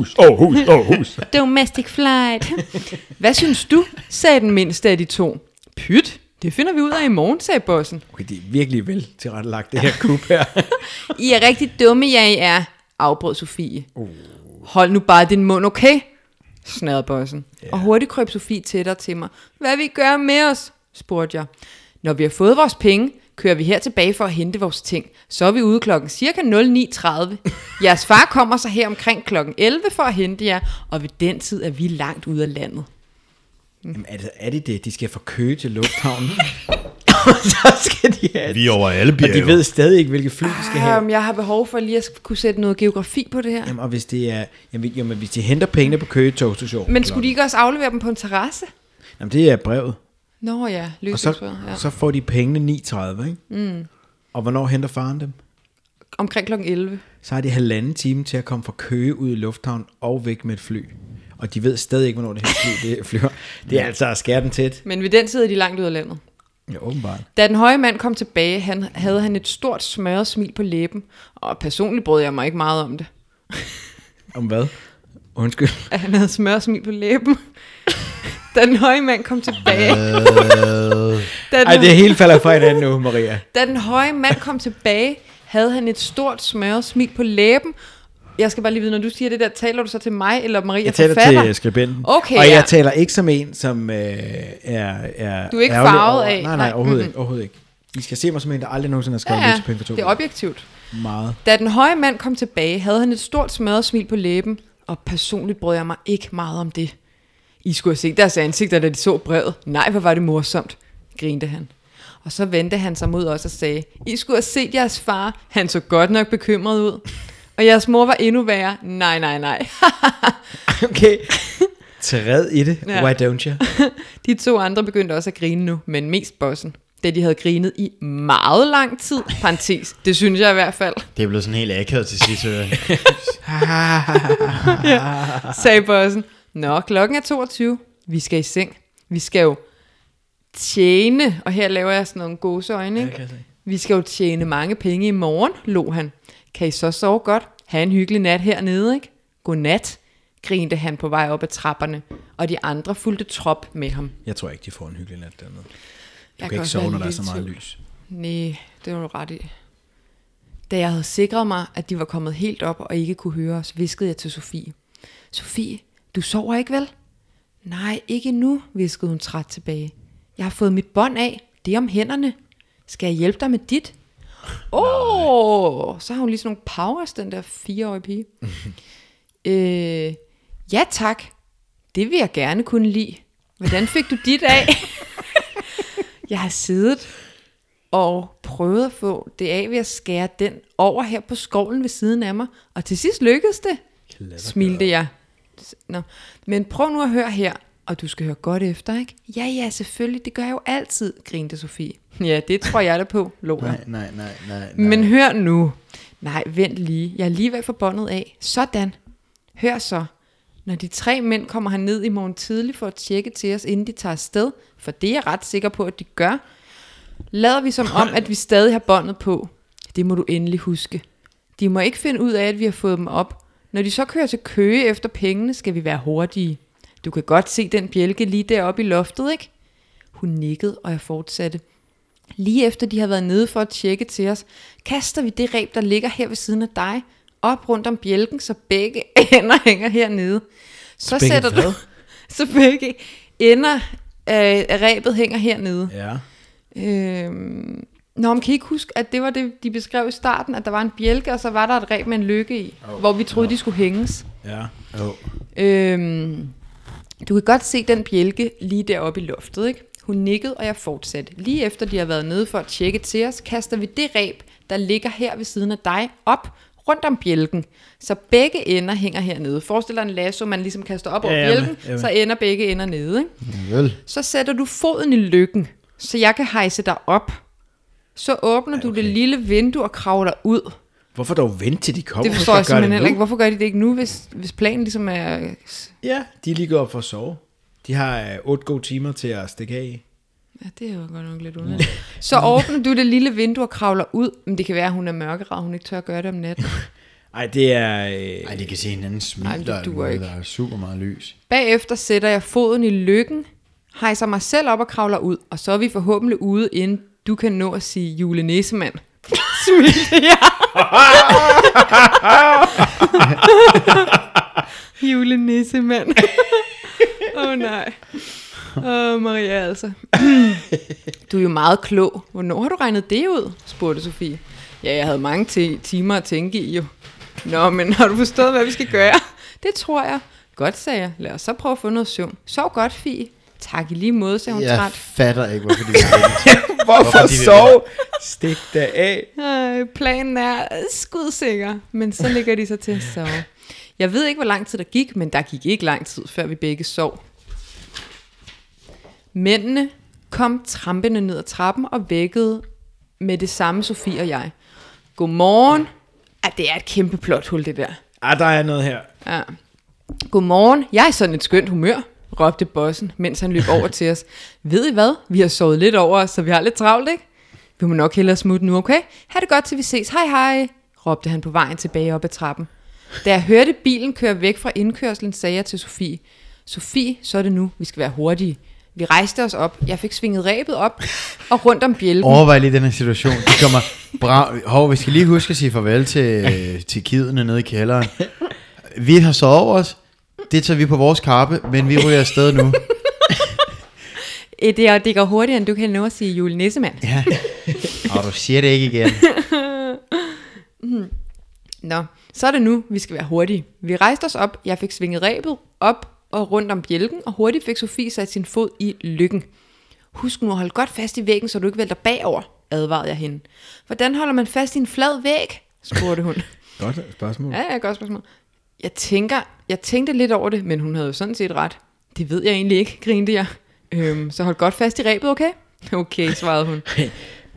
Speaker 3: Domestic flight. Hvad synes du, sagde den mindste af de to. Pyt, det finder vi ud af i morgen, sagde bossen.
Speaker 2: Okay, det er virkelig vel tilrettelagt, det her kub her.
Speaker 3: I er rigtig dumme, ja I er, afbrød Sofie. Uh. Hold nu bare din mund, okay? Snadrede bossen. Yeah. Og hurtigt krøb Sofie tættere til mig. Hvad vi gør med os? spurgte jeg. Når vi har fået vores penge, kører vi her tilbage for at hente vores ting. Så er vi ude klokken cirka 09.30. Jeres far kommer så her omkring klokken 11 for at hente jer, og ved den tid er vi langt ude af landet.
Speaker 2: Jamen, er det, er det det? De skal fra Køge til lufthavnen. og så skal de have...
Speaker 4: Vi er over alle
Speaker 2: Og de ved stadig ikke, hvilke fly de skal have.
Speaker 3: Jamen, jeg har behov for lige at kunne sætte noget geografi på det her.
Speaker 2: Jamen, og hvis det er, jamen, jamen, hvis de henter pengene på Køge togstation.
Speaker 3: Men skulle de ikke også aflevere dem på en terrasse?
Speaker 2: Jamen, det er brevet.
Speaker 3: Nå ja,
Speaker 2: Og så,
Speaker 3: løsningsbrevet. Ja.
Speaker 2: så får de pengene 9.30, ikke? Mm. Og hvornår henter faren dem?
Speaker 3: Omkring klokken 11.
Speaker 2: Så har de halvanden time til at komme fra Køge ud i lufthavn og væk med et fly. Og de ved stadig ikke, hvornår det her fly det flyver. Det er altså at skære den tæt.
Speaker 3: Men ved den tid er de langt ud af landet.
Speaker 2: Ja, åbenbart.
Speaker 3: Da den høje mand kom tilbage, han, havde han et stort smørret smil på læben, og personligt brød jeg mig ikke meget om det.
Speaker 2: Om hvad? Undskyld.
Speaker 3: At han havde smørret smil på læben. da den høje mand kom tilbage... da, den,
Speaker 2: Ej, det hele falder fra hinanden nu, Maria.
Speaker 3: da den høje mand kom tilbage, havde han et stort smørret smil på læben. Jeg skal bare lige vide, når du siger det der, taler du så til mig eller Maria
Speaker 2: Jeg taler
Speaker 3: forfatter?
Speaker 2: til skribenten.
Speaker 3: Okay,
Speaker 2: og jeg
Speaker 3: ja.
Speaker 2: taler ikke som en, som øh, er, er...
Speaker 3: Du er ikke
Speaker 2: ærgerlig
Speaker 3: farvet
Speaker 2: over-
Speaker 3: af-
Speaker 2: Nej, nej,
Speaker 3: nej,
Speaker 2: overhovedet, ikke, overhovedet ikke. I skal se mig som en, der aldrig nogensinde har skrevet ja,
Speaker 3: ja,
Speaker 2: ja. for to.
Speaker 3: det er objektivt.
Speaker 2: Meget.
Speaker 3: Da den høje mand kom tilbage, havde han et stort smørret smil på læben, og personligt brød jeg mig ikke meget om det. I skulle have set deres ansigter, da de så brevet. Nej, hvor var det morsomt, grinte han. Og så vendte han sig mod os og sagde, I skulle have set jeres far, han så godt nok bekymret ud. Og jeres mor var endnu værre. Nej, nej, nej.
Speaker 2: Okay. Træd i det.
Speaker 3: Ja.
Speaker 2: Why don't you?
Speaker 3: De to andre begyndte også at grine nu, men mest bossen, da de havde grinet i meget lang tid. Parentes, det synes jeg i hvert fald,
Speaker 4: Det er blevet sådan helt akavet til sidst. hører jeg.
Speaker 3: sagde bossen. Nå, klokken er 22. Vi skal i seng. Vi skal jo tjene, og her laver jeg sådan nogle gåseøjne, ikke? Vi skal jo tjene mange penge i morgen, lå han. Kan I så sove godt? Ha' en hyggelig nat hernede, ikke? Godnat, grinte han på vej op ad trapperne, og de andre fulgte trop med ham.
Speaker 2: Jeg tror ikke, de får en hyggelig nat dernede. Du
Speaker 3: Jeg
Speaker 2: jeg
Speaker 3: kan
Speaker 2: kan ikke
Speaker 3: også
Speaker 2: sove,
Speaker 3: være
Speaker 2: når der er
Speaker 3: lidt
Speaker 2: så
Speaker 3: i
Speaker 2: meget
Speaker 3: tvivl.
Speaker 2: lys.
Speaker 3: Nej, det var du ret i. Da jeg havde sikret mig, at de var kommet helt op og ikke kunne høre os, viskede jeg til Sofie. Sofie, du sover ikke vel? Nej, ikke nu, viskede hun træt tilbage. Jeg har fået mit bånd af. Det er om hænderne. Skal jeg hjælpe dig med dit? Åh, oh, så har hun lige sådan nogle powers, den der fireårige pige. øh, ja tak, det vil jeg gerne kunne lide. Hvordan fik du dit af? jeg har siddet og prøvede at få det af ved at skære den over her på skovlen ved siden af mig, og til sidst lykkedes det, smilte jeg. Nå. Men prøv nu at høre her, og du skal høre godt efter, ikke? Ja, ja, selvfølgelig, det gør jeg jo altid, grinte Sofie. Ja, det tror jeg da på, lå jeg.
Speaker 4: Nej, nej, nej, nej. nej.
Speaker 3: Men hør nu. Nej, vent lige. Jeg er lige ved at få båndet af. Sådan. Hør så. Når de tre mænd kommer herned i morgen tidlig for at tjekke til os, inden de tager afsted, for det er jeg ret sikker på, at de gør, lader vi som om, at vi stadig har båndet på. Det må du endelig huske. De må ikke finde ud af, at vi har fået dem op. Når de så kører til køge efter pengene, skal vi være hurtige. Du kan godt se den bjælke lige deroppe i loftet, ikke? Hun nikkede, og jeg fortsatte. Lige efter de har været nede for at tjekke til os, kaster vi det reb, der ligger her ved siden af dig, op rundt om bjælken, så begge ender hænger hernede. Så
Speaker 2: Begge
Speaker 3: sætter du...
Speaker 2: hvad?
Speaker 3: Så begge ender af af rebet hænger hernede.
Speaker 2: Ja.
Speaker 3: Øhm, Nå, men kan I ikke huske, at det var det, de beskrev i starten, at der var en bjælke, og så var der et reb med en lykke i, oh, hvor vi troede, oh. de skulle hænges.
Speaker 2: Ja.
Speaker 3: Øhm, du kan godt se den bjælke lige deroppe i loftet, ikke? Hun nikkede, og jeg fortsatte. Lige efter de har været nede for at tjekke til os, kaster vi det reb, der ligger her ved siden af dig, op rundt om bjælken. Så begge ender hænger hernede. Forestil dig en lasso, man ligesom kaster op over
Speaker 2: Ja, jeg er med,
Speaker 3: bjælken,
Speaker 2: jeg er med.
Speaker 3: så ender begge ender nede, ikke?
Speaker 4: Vel.
Speaker 3: Så sætter du foden i lykken, så jeg kan hejse dig op. Så åbner du det lille vindue og kravler ud.
Speaker 2: Hvorfor dog vente til de kommer?
Speaker 3: Det forstår jeg
Speaker 2: Hvorfor gør
Speaker 3: simpelthen heller
Speaker 2: nu?
Speaker 3: ikke. Hvorfor gør de det ikke nu, hvis, hvis planen ligesom er...
Speaker 2: Ja, de er lige gået op for at sove. De har øh, otte gode timer til at stikke af i.
Speaker 3: Ja, det er jo godt nok lidt underligt. Så åbner du det lille vindue og kravler ud. Men det kan være, at hun er mørkeret, hun ikke tør at gøre det om natten.
Speaker 2: Ej, det er... Øh,
Speaker 4: Ej, de kan se hinanden smile
Speaker 3: Ej, men det
Speaker 4: og alt
Speaker 3: duer
Speaker 4: muligt,
Speaker 3: ikke.
Speaker 4: Der er super meget lys.
Speaker 3: Bagefter sætter jeg foden i lykken, hejser mig selv op og kravler ud. Og så er vi forhåbentlig ude, inden du kan nå at sige julenissemand. Smilte jeg. Julenissemand. Åh oh, nej. Åh, oh, Maria altså. du er jo meget klog. Hvornår har du regnet det ud? spurgte Sofie. Ja, jeg havde mange ti- timer at tænke i jo. Nå, men har du forstået, hvad vi skal gøre? Det tror jeg. Godt, sagde jeg. Lad os så prøve at få noget søvn. Sov godt, Fie. Tak i lige måde, sagde hun
Speaker 4: Jeg
Speaker 3: træt.
Speaker 4: fatter ikke, hvorfor de vil det.
Speaker 2: hvorfor
Speaker 4: de vil
Speaker 2: sove? Stik dig af.
Speaker 3: Øh, planen er skudsikker, men så ligger de så til at sove. Jeg ved ikke, hvor lang tid der gik, men der gik ikke lang tid, før vi begge sov. Mændene kom trampende ned ad trappen og vækkede med det samme Sofie og jeg. Godmorgen. Ah, det er et kæmpe plot hul, det der.
Speaker 2: Ah, der er noget her.
Speaker 3: Ja. Godmorgen, jeg er i sådan et skønt humør, råbte bossen, mens han løb over til os. Ved I hvad? Vi har sovet lidt over, så vi har lidt travlt, ikke? Vi må nok hellere smutte nu, okay? Ha' det godt, til vi ses. Hej, hej, råbte han på vejen tilbage op ad trappen. Da jeg hørte bilen køre væk fra indkørslen, sagde jeg til Sofie, Sofie, så er det nu, vi skal være hurtige. Vi rejste os op, jeg fik svinget rebet op og rundt om bjælken.
Speaker 4: Overvej lige den her situation. De kommer bra... Hov, vi skal lige huske at sige farvel til, til kidene nede i kælderen. Vi har sovet over os. Det tager vi på vores kappe, men vi ryger afsted nu.
Speaker 3: Øh, Det, er, det går hurtigere, end du kan nå at sige julenissemand.
Speaker 4: Ja. Og du siger det ikke igen.
Speaker 3: Nå, så er det nu, vi skal være hurtige. Vi rejste os op, jeg fik svinget rebet op og rundt om bjælken, og hurtigt fik Sofie sat sin fod i lykken. Husk nu at holde godt fast i væggen, så du ikke vælter bagover, advarede jeg hende. Hvordan holder man fast i en flad væg? spurgte hun.
Speaker 2: Godt spørgsmål.
Speaker 3: ja, ja, godt spørgsmål. Jeg, tænker, jeg tænkte lidt over det, men hun havde jo sådan set ret. Det ved jeg egentlig ikke, grinte jeg. Øhm, så hold godt fast i rebet, okay? Okay, svarede hun.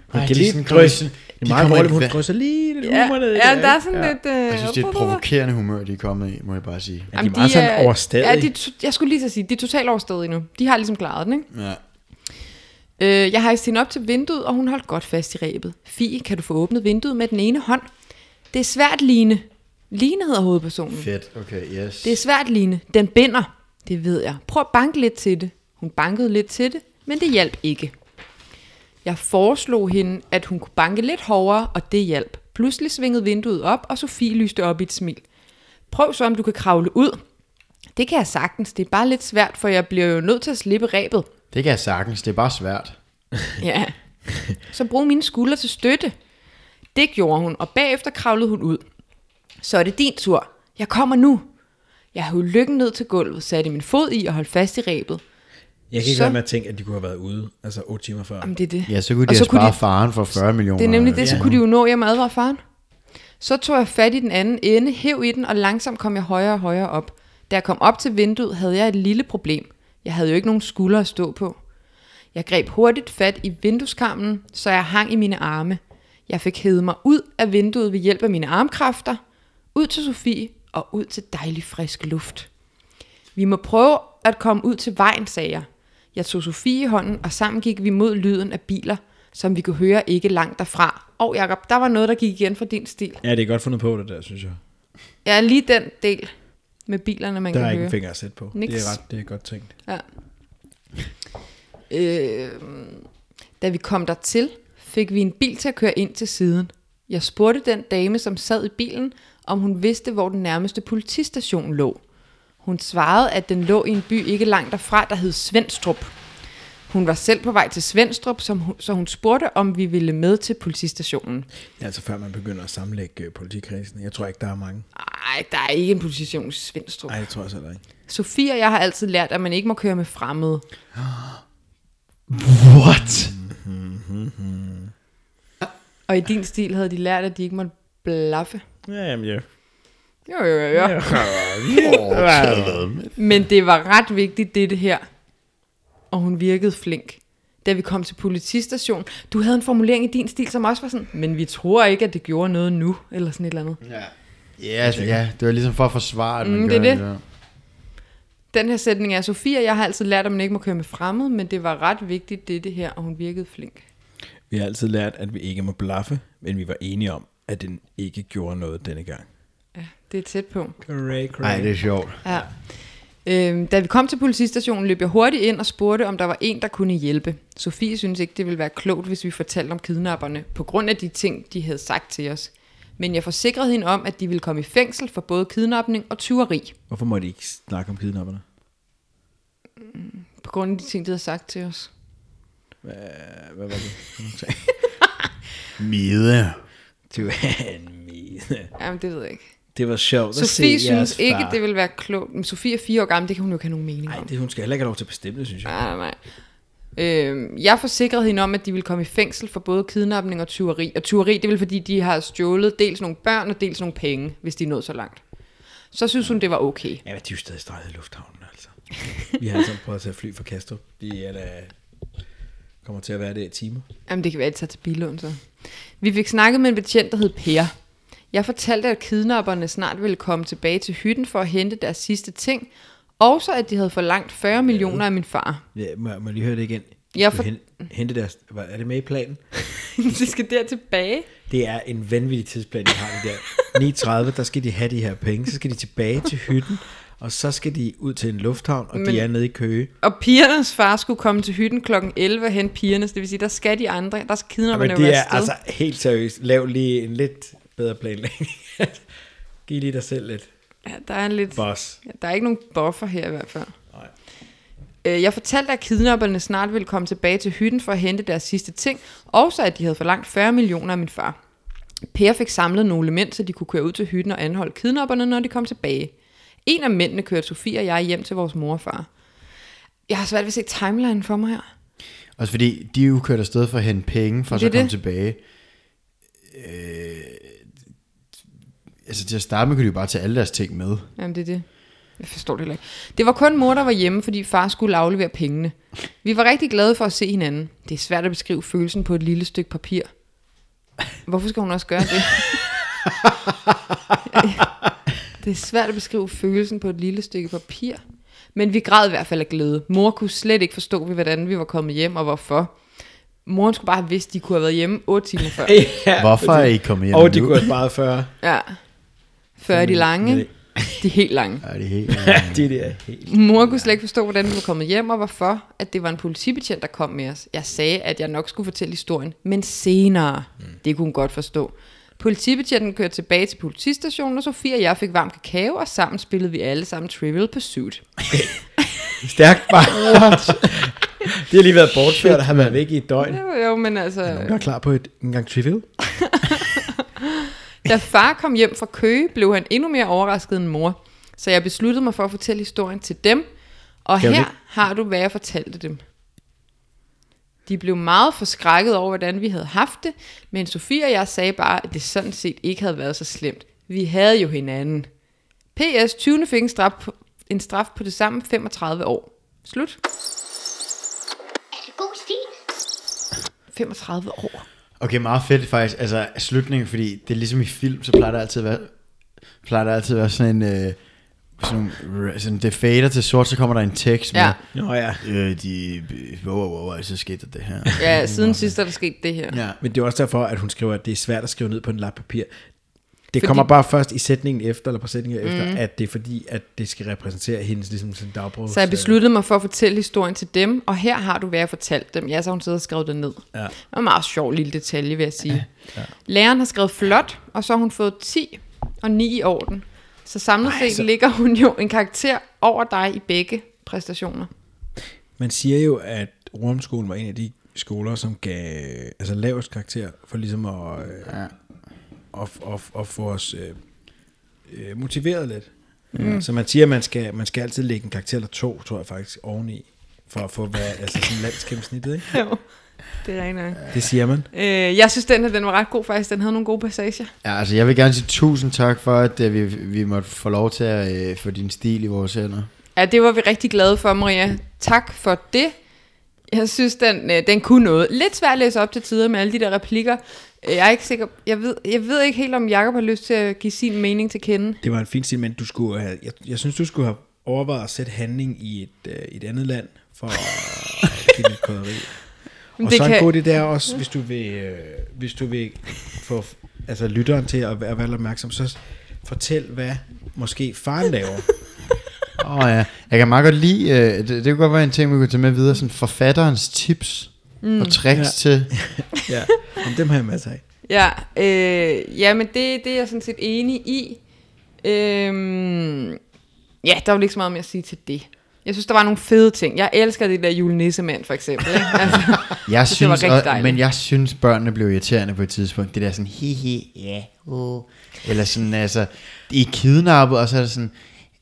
Speaker 2: Hun
Speaker 4: Ej,
Speaker 2: kan
Speaker 4: de
Speaker 2: lige
Speaker 4: sådan kommer
Speaker 2: drysse.
Speaker 4: sådan-
Speaker 2: Det
Speaker 4: de
Speaker 2: er meget
Speaker 4: kommer
Speaker 2: roligt,
Speaker 4: ind
Speaker 2: hun
Speaker 4: hver-
Speaker 2: drysser lige lidt
Speaker 3: Ja,
Speaker 2: humor ned. i
Speaker 3: ja,
Speaker 2: det,
Speaker 3: der er
Speaker 2: ikke?
Speaker 3: sådan
Speaker 2: Ja.
Speaker 3: lidt... Øh,
Speaker 4: Jeg synes, det er et provokerende humør, de er kommet i, må jeg bare sige.
Speaker 2: Ja, de er meget sådan overstadige.
Speaker 3: Ja, de, er to- jeg skulle lige så sige, de er totalt overstadige nu. De har ligesom klaret den, ikke?
Speaker 4: Ja.
Speaker 3: Øh, jeg hejste hende op til vinduet, og hun holdt godt fast i rebet. Fie, kan du få åbnet vinduet med den ene hånd? Det er svært, Line. Line hedder hovedpersonen.
Speaker 4: Fedt, okay, yes.
Speaker 3: Det er svært, Line. Den binder. Det ved jeg. Prøv at banke lidt til det. Hun bankede lidt til det, men det hjalp ikke. Jeg foreslog hende, at hun kunne banke lidt hårdere, og det hjalp. Pludselig svingede vinduet op, og Sofie lyste op i et smil. Prøv så, om du kan kravle ud. Det kan jeg sagtens. Det er bare lidt svært, for jeg bliver jo nødt til at slippe rebet.
Speaker 4: det kan jeg sagtens, det er bare svært.
Speaker 3: Ja. Så brug mine skuldre til støtte. Det gjorde hun, og bagefter kravlede hun ud. Så er det din tur. Jeg kommer nu. Jeg havde lykken ned til gulvet, satte min fod i og holdt fast i rebet.
Speaker 2: Jeg kan ikke
Speaker 3: Så-
Speaker 2: være med at tænke, at de kunne have været ude, altså 8 timer før.
Speaker 3: Jamen, det er det.
Speaker 4: Ja, så kunne de
Speaker 3: og
Speaker 4: have
Speaker 3: så kunne
Speaker 4: sparet
Speaker 3: de,
Speaker 4: faren for 40 millioner.
Speaker 3: Det er nemlig det, så
Speaker 4: Ja.
Speaker 3: kunne de jo nå hjem og advare faren. Så tog jeg fat i den anden ende, hæv i den, og langsomt kom jeg højere og højere op. Da jeg kom op til vinduet, havde jeg et lille problem. Jeg havde jo ikke nogen skuldre at stå på. Jeg greb hurtigt fat i vindueskarmen, så jeg hang i mine arme. Jeg fik hævet mig ud af vinduet ved hjælp af mine armkræfter, ud til Sofie og ud til dejlig frisk luft. Vi må prøve at komme ud til vejen, sagde jeg. Jeg tog Sofie i hånden, og sammen gik vi mod lyden af biler, som vi kunne høre ikke langt derfra. Og Jakob, der var noget, der gik igen fra din stil.
Speaker 2: Ja, det er godt fundet på det der, synes jeg.
Speaker 3: Ja, lige den del med bilerne, man
Speaker 2: Der er
Speaker 3: kan
Speaker 2: ikke
Speaker 3: høre.
Speaker 2: en finger at sætte på.
Speaker 3: Niks.
Speaker 2: Det er ret, det er godt tænkt.
Speaker 3: Ja. Øh, da vi kom dertil, fik vi en bil til at køre ind til siden. Jeg spurgte den dame, som sad i bilen, om hun vidste, hvor den nærmeste politistation lå. Hun svarede, at den lå i en by ikke langt derfra, der hed Svendstrup. Hun var selv på vej til Svendstrup, som hun, så hun spurgte, om vi ville med til politistationen.
Speaker 2: Ja, altså før man begynder at sammenlægge øh, politikredsen. Jeg tror ikke, der er mange.
Speaker 3: Nej, der er ikke en politistation i Svendstrup.
Speaker 2: Nej, det tror jeg så heller ikke.
Speaker 3: Sofie og jeg har altid lært, at man ikke må køre med fremmede.
Speaker 4: What?
Speaker 3: Og i din stil havde de lært, at de ikke måtte blaffe.
Speaker 2: Ja, jamen, ja.
Speaker 3: Jo, jo, jo, jo.
Speaker 4: Oh,
Speaker 3: Men det var ret vigtigt, det, det her. Og hun virkede flink. Da vi kom til politistationen, du havde en formulering i din stil, som også var sådan, men vi tror ikke, at det gjorde noget nu, eller sådan et eller andet.
Speaker 4: ja. Ja, altså, ja, det var ligesom for at forsvare, at man
Speaker 3: Mm, det er
Speaker 4: gjorde
Speaker 3: det.
Speaker 4: der.
Speaker 3: Den her sætning er, Sofia, jeg har altid lært, at man ikke må køre med fremmede, men det var ret vigtigt, det, det her, og hun virkede flink.
Speaker 2: Vi har altid lært, at vi ikke må blaffe, men vi var enige om, at den ikke gjorde noget denne gang.
Speaker 3: Ja, det er tæt på.
Speaker 2: Correct,
Speaker 4: Ej, det er sjovt.
Speaker 3: Ja. Øhm, da vi kom til politistationen, løb jeg hurtigt ind og spurgte, om der var en, der kunne hjælpe. Sofie synes ikke, det ville være klogt, hvis vi fortalte om kidnapperne, på grund af de ting, de havde sagt til os. Men jeg forsikrede hende om, at de ville komme i fængsel for både kidnapning og tyveri,
Speaker 2: Hvorfor må de ikke snakke om kidnapperne?
Speaker 3: på grund af de ting, de havde sagt til os.
Speaker 2: Øh, Hvad var det?
Speaker 4: Mide.
Speaker 2: Du er en mine.
Speaker 3: Jamen, det ved jeg ikke.
Speaker 2: Det var sjovt at
Speaker 3: Sofie
Speaker 2: se jeres
Speaker 3: synes ikke,
Speaker 2: far.
Speaker 3: det ville være klogt. Men Sofie er fire år gammel, det kan hun jo ikke have nogen mening
Speaker 2: Nej,
Speaker 3: om.
Speaker 2: det, hun skal heller ikke have lov til at bestemme, det, synes jeg.
Speaker 3: Nej, nej, nej. Øhm, jeg forsikrede hende om, at de ville komme i fængsel for både kidnapning og tyveri. Og tyveri, det er vel fordi, de har stjålet dels nogle børn og dels nogle penge, hvis de er nået så langt. Så synes hun, det var okay.
Speaker 2: Ja, men de er jo stadig streget i lufthavnen, altså. Vi har altså prøvet at tage fly fra Kastrup. De er da kommer til at være der i timer.
Speaker 3: Jamen, det kan være, at de tager til Bilund, så. Vi fik snakket med en betjent, der hed Per. Jeg fortalte, at kidnapperne snart ville komme tilbage til hytten for at hente deres sidste ting, og så at de havde forlangt 40 millioner af min far.
Speaker 2: Ja, må, må jeg lige høre det igen?
Speaker 3: Ja,
Speaker 2: Du
Speaker 3: for-
Speaker 2: hen- Hente deres... hvad- Er det med i planen?
Speaker 3: de skal der tilbage.
Speaker 2: Det er en vanvittig tidsplan, de har det der. 9.30, der skal de have de her penge. Så skal de tilbage til hytten, og så skal de ud til en lufthavn, og Men... de er nede i Køge.
Speaker 3: Og pigernes far skulle komme til hytten kl. 11 og hente pigernes, det vil sige, der skal de andre, der skal
Speaker 2: Men
Speaker 3: kidnapperne jo
Speaker 2: det
Speaker 3: være
Speaker 2: er
Speaker 3: afsted.
Speaker 2: altså helt seriøst. Lav lige en lidt bedre planlægning. Giv lige dig selv lidt
Speaker 3: Ja, der er en lidt...
Speaker 2: boss.
Speaker 3: Ja, der er ikke nogen buffer her i hvert fald. Nej. Jeg fortalte, at kidnapperne snart ville komme tilbage til hytten for at hente deres sidste ting, og så at de havde forlangt 40 millioner af min far. Per fik samlet nogle mænd, så de kunne køre ud til hytten og anholde kidnapperne, når de kom tilbage. En af mændene kørte Sofie og jeg hjem til vores mor og far. Jeg har svært ved at se timeline for mig her.
Speaker 4: Også fordi, de er jo kørt afsted for at hente penge, for så
Speaker 3: Det er
Speaker 4: at komme
Speaker 3: det.
Speaker 4: tilbage. Øh, altså til at starte med, kunne de jo bare tage alle deres ting med.
Speaker 3: Jamen, det er det. Jeg forstår det heller ikke. Det var kun mor, der var hjemme, fordi far skulle aflevere pengene. Vi var rigtig glade for at se hinanden. Det er svært at beskrive følelsen på et lille stykke papir. Hvorfor skal hun også gøre det? det er svært at beskrive følelsen på et lille stykke papir. Men vi græd i hvert fald af glæde. Mor kunne slet ikke forstå, hvordan vi var kommet hjem og hvorfor. Moren skulle bare have vidst, at de kunne have været hjemme 8 timer før.
Speaker 2: Ja,
Speaker 4: Hvorfor er I kommet hjem
Speaker 2: Og de
Speaker 4: nu?
Speaker 2: kunne have sparet 40.
Speaker 3: Ja. Før de lange. De er helt lange.
Speaker 4: Ja, det er helt...
Speaker 2: de der helt...
Speaker 3: Mor kunne slet ikke forstå, hvordan vi var kommet hjem, og hvorfor, at det var en politibetjent, der kom med os. Jeg sagde, at jeg nok skulle fortælle historien, men senere. Det kunne hun godt forstå. Politibetjenten kørte tilbage til politistationen, og Sofie og jeg fik varm kakao, og sammen spillede vi alle sammen Trivial Pursuit.
Speaker 2: Stærkt bare. det har lige været bortført og har været væk i et døgn.
Speaker 3: Jo, jo, men altså...
Speaker 2: Jeg er klar på et en gang trivial.
Speaker 3: Da far kom hjem fra Køge, blev han endnu mere overrasket end mor. Så jeg besluttede mig for at fortælle historien til dem, og
Speaker 2: Skal vi
Speaker 3: her
Speaker 2: ikke-
Speaker 3: har du, hvad jeg fortalte dem. De blev meget forskrækket over, hvordan vi havde haft det, men Sofie og jeg sagde bare, at det sådan set ikke havde været så slemt. Vi havde jo hinanden. P.S. 20. fik en straf, på- en straf på det samme 35 år. Slut.
Speaker 1: Er det god stil?
Speaker 3: 35 år.
Speaker 4: Okay, meget fedt faktisk. Altså slutningen, fordi det er ligesom i film, så plejer der altid at være, plejer der altid at være sådan en... Øh, sådan, nogle- sådan, det fader til sort, så kommer der en tekst med...
Speaker 3: Ja.
Speaker 2: Nå ja.
Speaker 4: Øh, de... Wow, wow, wow, så skete der det her.
Speaker 3: Ja, siden sidst er der sket det her.
Speaker 4: Ja.
Speaker 2: Men det er også derfor, at hun skriver, at det er svært at skrive ned på en lap papir. Det fordi... kommer bare først i sætningen efter, eller på sætningen mm. efter, at det er fordi, at det skal repræsentere hendes ligesom, sådan dagbrug.
Speaker 3: Så jeg besluttede mig for at fortælle historien til dem, og her har du, hvad jeg fortalt dem. Ja, så har hun siddet og skrevet det ned. Ja. Det var en meget sjov lille detalje, vil jeg sige. Ja. Læreren har skrevet flot, og så har hun fået 10 og 9 i orden. Så samlet set så... ligger hun jo en karakter over dig i begge præstationer.
Speaker 2: Man siger jo, at Romskolen var en af de skoler, som gav altså, lavest karakter for ligesom at, øh, ja. at, at, at få os øh, øh, motiveret lidt. Mm. Så man siger, at man skal, man skal altid lægge en karakter eller to, tror jeg faktisk, oveni, for at få hvad, altså, sådan landsgennemsnittet. Ikke?
Speaker 3: Jo, det er rent
Speaker 2: Det siger man.
Speaker 3: øh, Jeg synes, den her den var ret god faktisk. Den havde nogle gode passager.
Speaker 4: ja, altså jeg vil gerne sige tusind tak for, at øh, vi, vi måtte få lov til at øh, få din stil i vores hænder.
Speaker 3: Ja, det var vi rigtig glade for, Maria. Tak for det. Jeg synes, den, øh, den kunne noget. Lidt svært at læse op til tider med alle de der replikker. Øh, Jeg er ikke sikker. Jeg ved, jeg ved ikke helt, om Jacob har lyst til at give sin mening til kende.
Speaker 2: Det var en fin stil, men du skulle have, jeg, jeg synes, du skulle have overvejet at sætte handling i et, øh, et andet land for at give det krydderi. Og
Speaker 3: det
Speaker 2: så
Speaker 3: kan-
Speaker 2: en god idé er også, hvis du vil, øh, hvis du vil få altså, lytteren til at være, at være lidt opmærksom, så fortæl, hvad måske faren laver.
Speaker 4: Åh oh, ja, jeg kan meget godt lide, øh, det, det kunne godt være en ting, vi kunne tage med videre, sådan forfatterens tips mm. og tricks ja. til.
Speaker 2: ja. Om dem har jeg masser af.
Speaker 3: Ja, øh, ja men det, det er jeg sådan set enig i. Øhm, ja, der var ikke så meget mere at sige til det. Jeg synes, der var nogle fede ting. Jeg elsker det der julenissemand, for eksempel. Ikke? Altså,
Speaker 4: Jeg
Speaker 3: Det var
Speaker 4: synes,
Speaker 3: rigtig
Speaker 4: og,
Speaker 3: dejligt.
Speaker 4: men jeg synes, børnene blev irriterende på et tidspunkt. Det der sådan, hihi, ja, uh. Eller sådan, altså, I er kidnappet, og så er det sådan,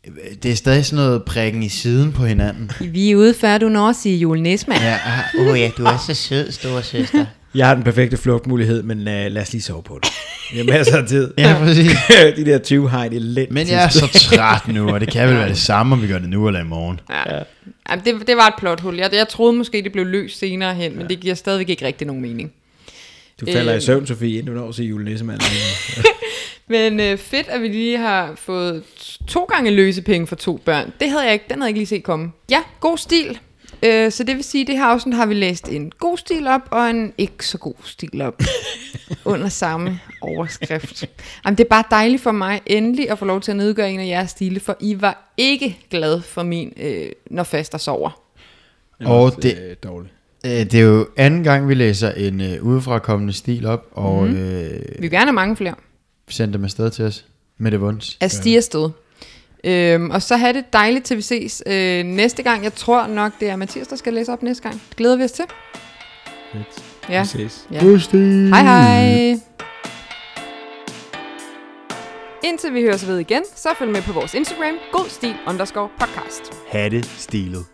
Speaker 4: øh, det er stadig sådan noget prikken i siden på hinanden.
Speaker 3: vi er ude før, du når at sige julenissemand.
Speaker 4: Ja,
Speaker 5: Åh oh, ja, du er så sød, store søster.
Speaker 2: Jeg har den perfekte flugtmulighed, men øh, lad os lige sove på det. Jeg har masser af tid.
Speaker 4: ja præcis.
Speaker 2: De der 20 har det lidt
Speaker 4: Men jeg er så træt nu, og det kan vel være det samme, om vi gør det nu eller i morgen.
Speaker 3: Ja. ja. Det, det var et plothul. Jeg, jeg troede måske, det blev løst senere hen, ja. men det giver stadigvæk ikke rigtig nogen mening.
Speaker 2: Du falder øh, i
Speaker 3: Øh.
Speaker 2: søvn, Sofie, inden du når at se julenissemand.
Speaker 3: Men øh, fedt, at vi lige har fået t- to gange løsepenge for to børn. Det havde jeg ikke, den havde jeg ikke lige set komme. Ja, god stil. Øh, så det vil sige, at det her afsnit har vi læst en god stil op, og en ikke så god stil op. under samme overskrift. Jamen, det er bare dejligt for mig endelig at få lov til at nedgøre en af jeres stile, for I var ikke glad for min, øh, når faster sover.
Speaker 4: Og
Speaker 2: også,
Speaker 4: det-
Speaker 2: Øh, dårligt.
Speaker 4: Øh, det er jo anden gang, vi læser en øh, udefrakommende stil op, og
Speaker 5: Mhm.
Speaker 4: mm. øh,
Speaker 3: Vi vil gerne have mange flere.
Speaker 4: sender dem afsted til os med det vunds.
Speaker 3: at stige afsted. Øhm, og så have det dejligt, til vi ses øh, næste gang. Jeg tror nok, det er Mathias, der skal læse op næste gang. Det glæder vi os til. Ja.
Speaker 2: Vi ses.
Speaker 3: Ja. Hej hej. Indtil vi høres ved igen, så følg med på vores Instagram, godstil underscore podcast.
Speaker 6: Hatte stilet.